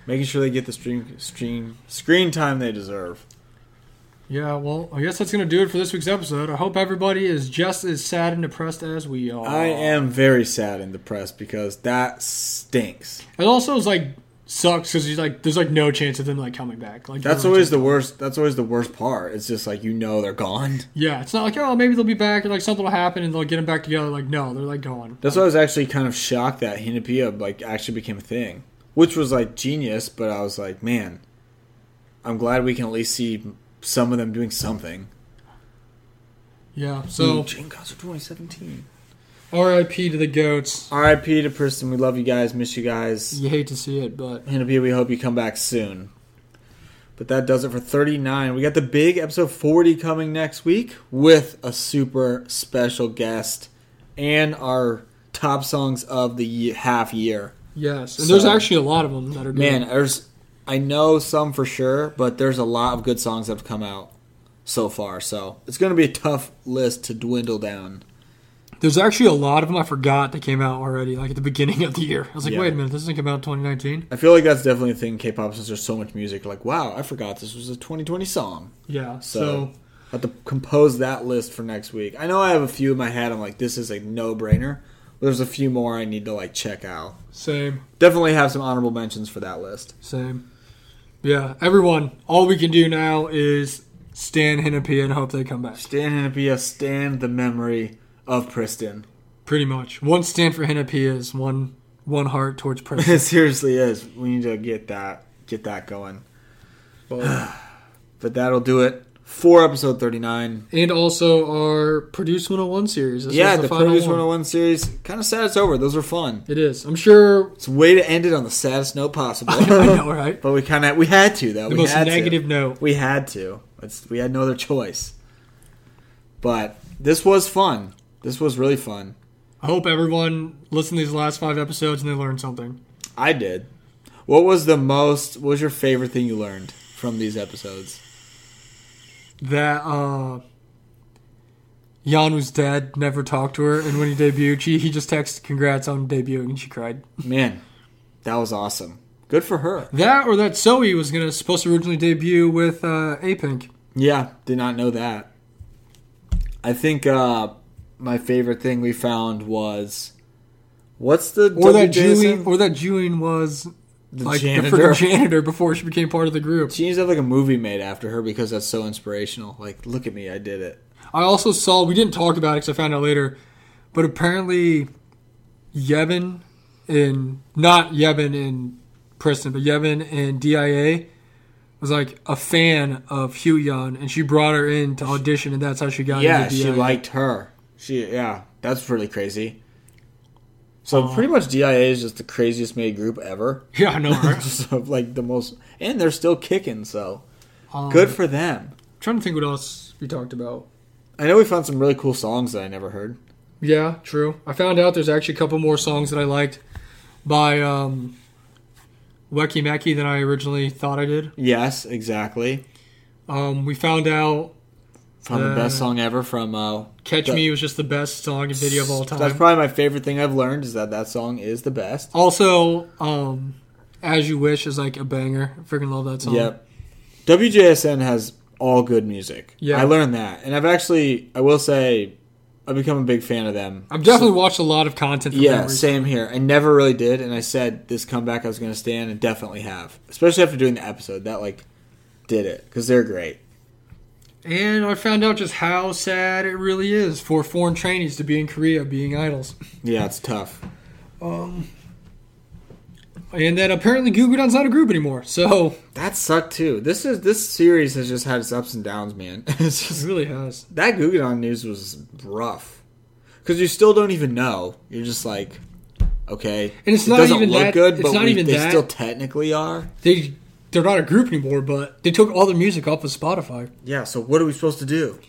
Making sure they get the stream stream screen time they deserve.
yeah, well, I guess that's going to do it for this week's episode. I hope everybody is just as sad and depressed as we are.
I am very sad and depressed because that stinks.
It also is like sucks because like there's like no chance of them like coming back. Like
That's
no
always
chance.
the worst. That's always the worst part. It's just like you know they're gone.
yeah. It's not like oh maybe they'll be back or like something will happen and they'll get them back together. Like no, they're like gone.
That's why I was actually kind of shocked that Hinapia like actually became a thing. which was like genius. But I was like, man, I'm glad we can at least see some of them doing something.
Yeah. So
Jane Costa 2017.
R.I.P. to the goats.
R.I.P. to Priston. We love you guys. Miss you guys.
You hate to see it, but
Hennepy, we hope you come back soon. But that does it for 39. We got the big episode 40 coming next week with a super special guest and our top songs of the ye- half year.
yes, and there's
So-
actually a lot of them that are good.
Man, there's I know some for sure, but there's a lot of good songs that have come out so far. So it's going to be a tough list to dwindle down.
There's actually a lot of them I forgot that came out already, like at the beginning of the year. I was like,
Yeah.
wait a minute, this didn't come out in 2019.
I feel like that's definitely a thing in K-pop since there's so much music. Like, wow, I forgot this was a 2020 song.
Yeah.
So,
So,
I have to compose that list for next week. I know I have a few in my head. I'm like, this is a no-brainer. But there's a few more I need to like check out.
same,
Definitely have some honorable mentions for that list.
same. Yeah, everyone. All we can do now is stand Hinnapia and hope they come back.
Stan Hennepia, stand the memory of Priston.
Pretty much. One stand for Hinnapia is one one
[laughs]
heart towards
[laughs]
Prince.
It seriously is. We need to get that get that going. [sighs] But that'll do it for episode 39.
and also our Produce 101 series. This
yeah,
is
the,
final
Produce
one.
101 series. Kind of sad it's over. Those were fun.
It is.
[laughs]
I'm sure.
It's a way to end it on the saddest note [laughs] possible.
I know, right?
but we kind of we had to though.
The
we
most
had
negative
to.
note.
We had to. It's, we had no other choice. But this was fun. This was really fun.
I hope everyone listened to these last five episodes and they learned something.
I did. What was the most? What was your favorite thing you learned from these episodes?
That uh Yanu's dad never talked to her, and when he debuted, she he just texted "Congrats on debuting," and she cried.
Man, that was awesome. Good for her.
That or that Zoe was gonna supposed to originally debut with uh, A Pink.
Yeah, did not know that. I think uh, my favorite thing we found was what's the
or that
WJSN?
Julian, or that Julian was
the
like the
janitor.
freaking janitor before she became part of the group.
She needs to have like a movie made after her because that's so inspirational. Like, look at me, I did it.
I also saw we didn't talk about it because I found out later, but apparently, Yevon and not Yevon and Preston, but Yevon and Dia was like a fan of Hyun, and she brought her in to audition, and that's how she got
yeah,
into
she
DIA.
liked her. She yeah, that's really crazy. So
Uh,
pretty much DIA is just the craziest made group ever.
yeah, I know her.
[laughs] so, like the most, and they're still kicking. So
[laughs] Um,
good for them.
trying to think what else we talked about.
I know we found some really cool songs that I never heard.
Yeah, true. I found out there's actually a couple more songs that I liked by um, Wecky Mackey than I originally thought I did.
Yes, exactly.
Um, we found out
Found the best
Uh,
song ever from. Uh,
Catch
That-
Me was just the best song and video of all time.
That's probably my favorite thing I've learned is that that song is the best.
also, um, As You Wish is like a banger. I freaking love that song.
Yep. WJSN has all good music.
Yeah.
I learned that, and I've actually, I will say, I've become a big fan of them.
I've definitely watched a lot of content from
Yeah,
them.
same here. I never really did, and I said this comeback I was going to stand, and definitely have, especially after doing the episode that like did it because they're great.
And I found out just how sad it really is for foreign trainees to be in Korea being idols.
Yeah, it's tough.
And that apparently Gugudan's not a group anymore. So [laughs]
That sucked too. This is this series has just had its ups and downs, man. [laughs] It's
it
just
really has.
that Guggenheim news was rough because you still don't even know. You're just like, okay,
And it's
it
not
doesn't
even
look
that-
good,
it's
but
not
we-
even
they
that.
still technically are.
They they're not a group anymore, but they took all their music off of Spotify.
Yeah. So what are we supposed to do?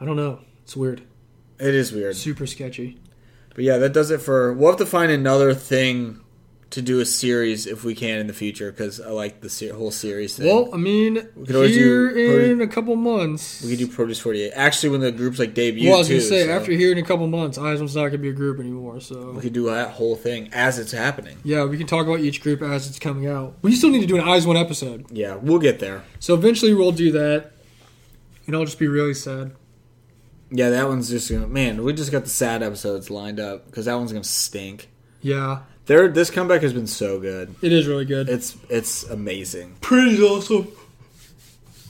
I don't know. It's weird.
It is weird.
Super sketchy.
But yeah, that does it for. We'll have to find another thing to do a series if we can in the future because I like the se- whole series thing.
Well, I mean,
could always do
here
Korea-
in a couple months,
we could do Produce Forty Eight. Actually, when the groups like debut,
well, I was
too,
gonna say
so
after here in a couple months, ISM's not gonna be a group anymore.
we
So
could do that whole thing as it's happening.
yeah, we can talk about each group as it's coming out. We still need to do an Eyes One episode.
Yeah, we'll get there.
So eventually we'll do that, and I'll just be really sad.
Yeah, that one's just gonna. Man, we just got the sad episodes lined up because that one's gonna stink.
Yeah,
There, this comeback has been so good.
it is really good.
It's it's amazing.
Pretty is awesome.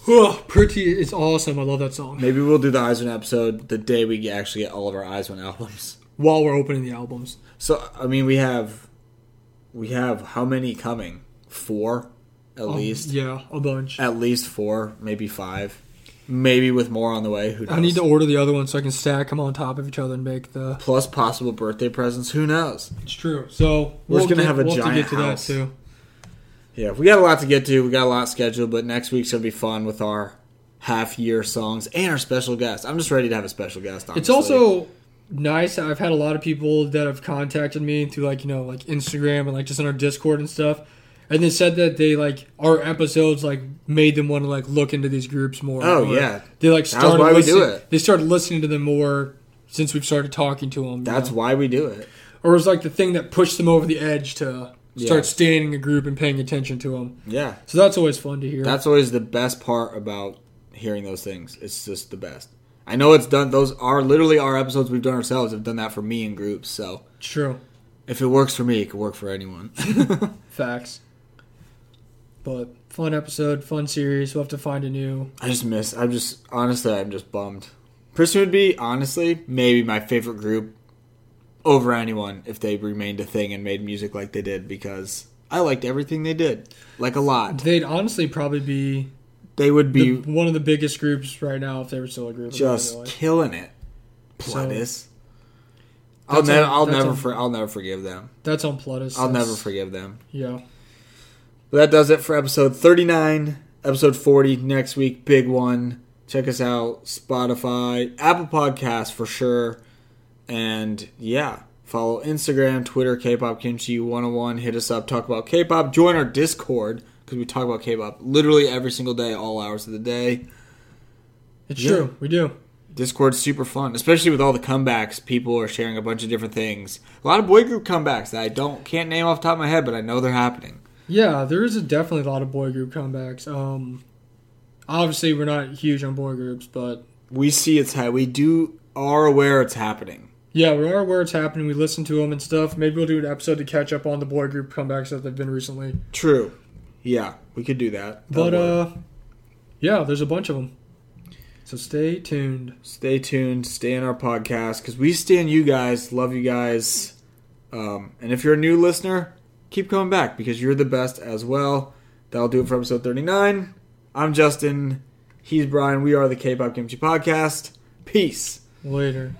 Ugh, Pretty is awesome. I love that song.
Maybe we'll do the Eisman episode the day we actually get all of our Eisman albums.
While we're opening the albums,
So I mean, we have We have how many coming? Four, at
Um,
least.
Yeah, a bunch.
At least four, maybe five, maybe with more on the way. Who knows?
I need to order the other one so I can stack them on top of each other and make the.
plus possible birthday presents. Who knows?
It's true. So
We're just gonna
get-
have a
we'll
giant
have to get
house.
to that too.
Yeah, we got a lot to get to. We got a lot scheduled, but next week's gonna be fun with our half year songs and our special guest. I'm just ready to have a special guest. Honestly.
It's also nice. I've had a lot of people that have contacted me through like you know like Instagram and like just on our Discord and stuff, and they said that they like our episodes like made them want to like look into these groups more.
Oh,
or
yeah.
they like
That's
started
why we do
listening.
it.
They started listening to them more since we've started talking to them.
that's why we do it.
or it was like the thing that pushed them over the edge to
Yeah.
start staying in a group and paying attention to them.
Yeah,
So that's always fun to hear.
that's always the best part about hearing those things. It's just the best. I know it's done. Those are literally our episodes we've done ourselves. Have done that for me in groups. So
true.
if it works for me, it could work for anyone. [laughs]
Facts. But fun episode, fun series. We'll have to find a new.
I just miss. I'm just honestly, I'm just bummed. Prison would be honestly maybe my favorite group over anyone if they remained a thing and made music like they did because I liked everything they did, like a lot.
They'd honestly probably be
They would
the,
be
one of the biggest groups right now if they were still a group.
just
really.
killing it. Plotus. I'll
That's
never,
a-
I'll
that's
never,
a-
for, I'll never forgive them.
that's on Plutus.
I'll
That's-
never forgive them.
Yeah,
But that does it for episode 39. Episode 40 next week, big one. Check us out Spotify, Apple Podcasts for sure. And yeah, follow Instagram, Twitter, K-pop kimchi 101. Hit us up, talk about K-pop, join our Discord because we talk about K-pop literally every single day, all hours of the day.
it's
Yeah.
true. We do.
Discord's super fun, especially with all the comebacks. People are sharing a bunch of different things. A lot of boy group comebacks that I don't can't name off the top of my head, but I know they're happening.
Yeah, there is a definitely a lot of boy group comebacks. Um, obviously we're not huge on boy groups, but
We see it's ha- we do are aware it's happening.
yeah, we are aware it's happening. We listen to them and stuff. Maybe we'll do an episode to catch up on the boy group comebacks that they've been recently.
True. Yeah, we could do that.
But
That'll work.
uh, yeah, there's a bunch of them. So stay tuned.
stay tuned, stay in our podcast because we stand you guys, love you guys, um, and if you're a new listener, keep coming back because you're the best as well. That'll do it for episode 39. I'm Justin. He's Brian. We are the K-pop Kimchi Podcast. Peace.
Later.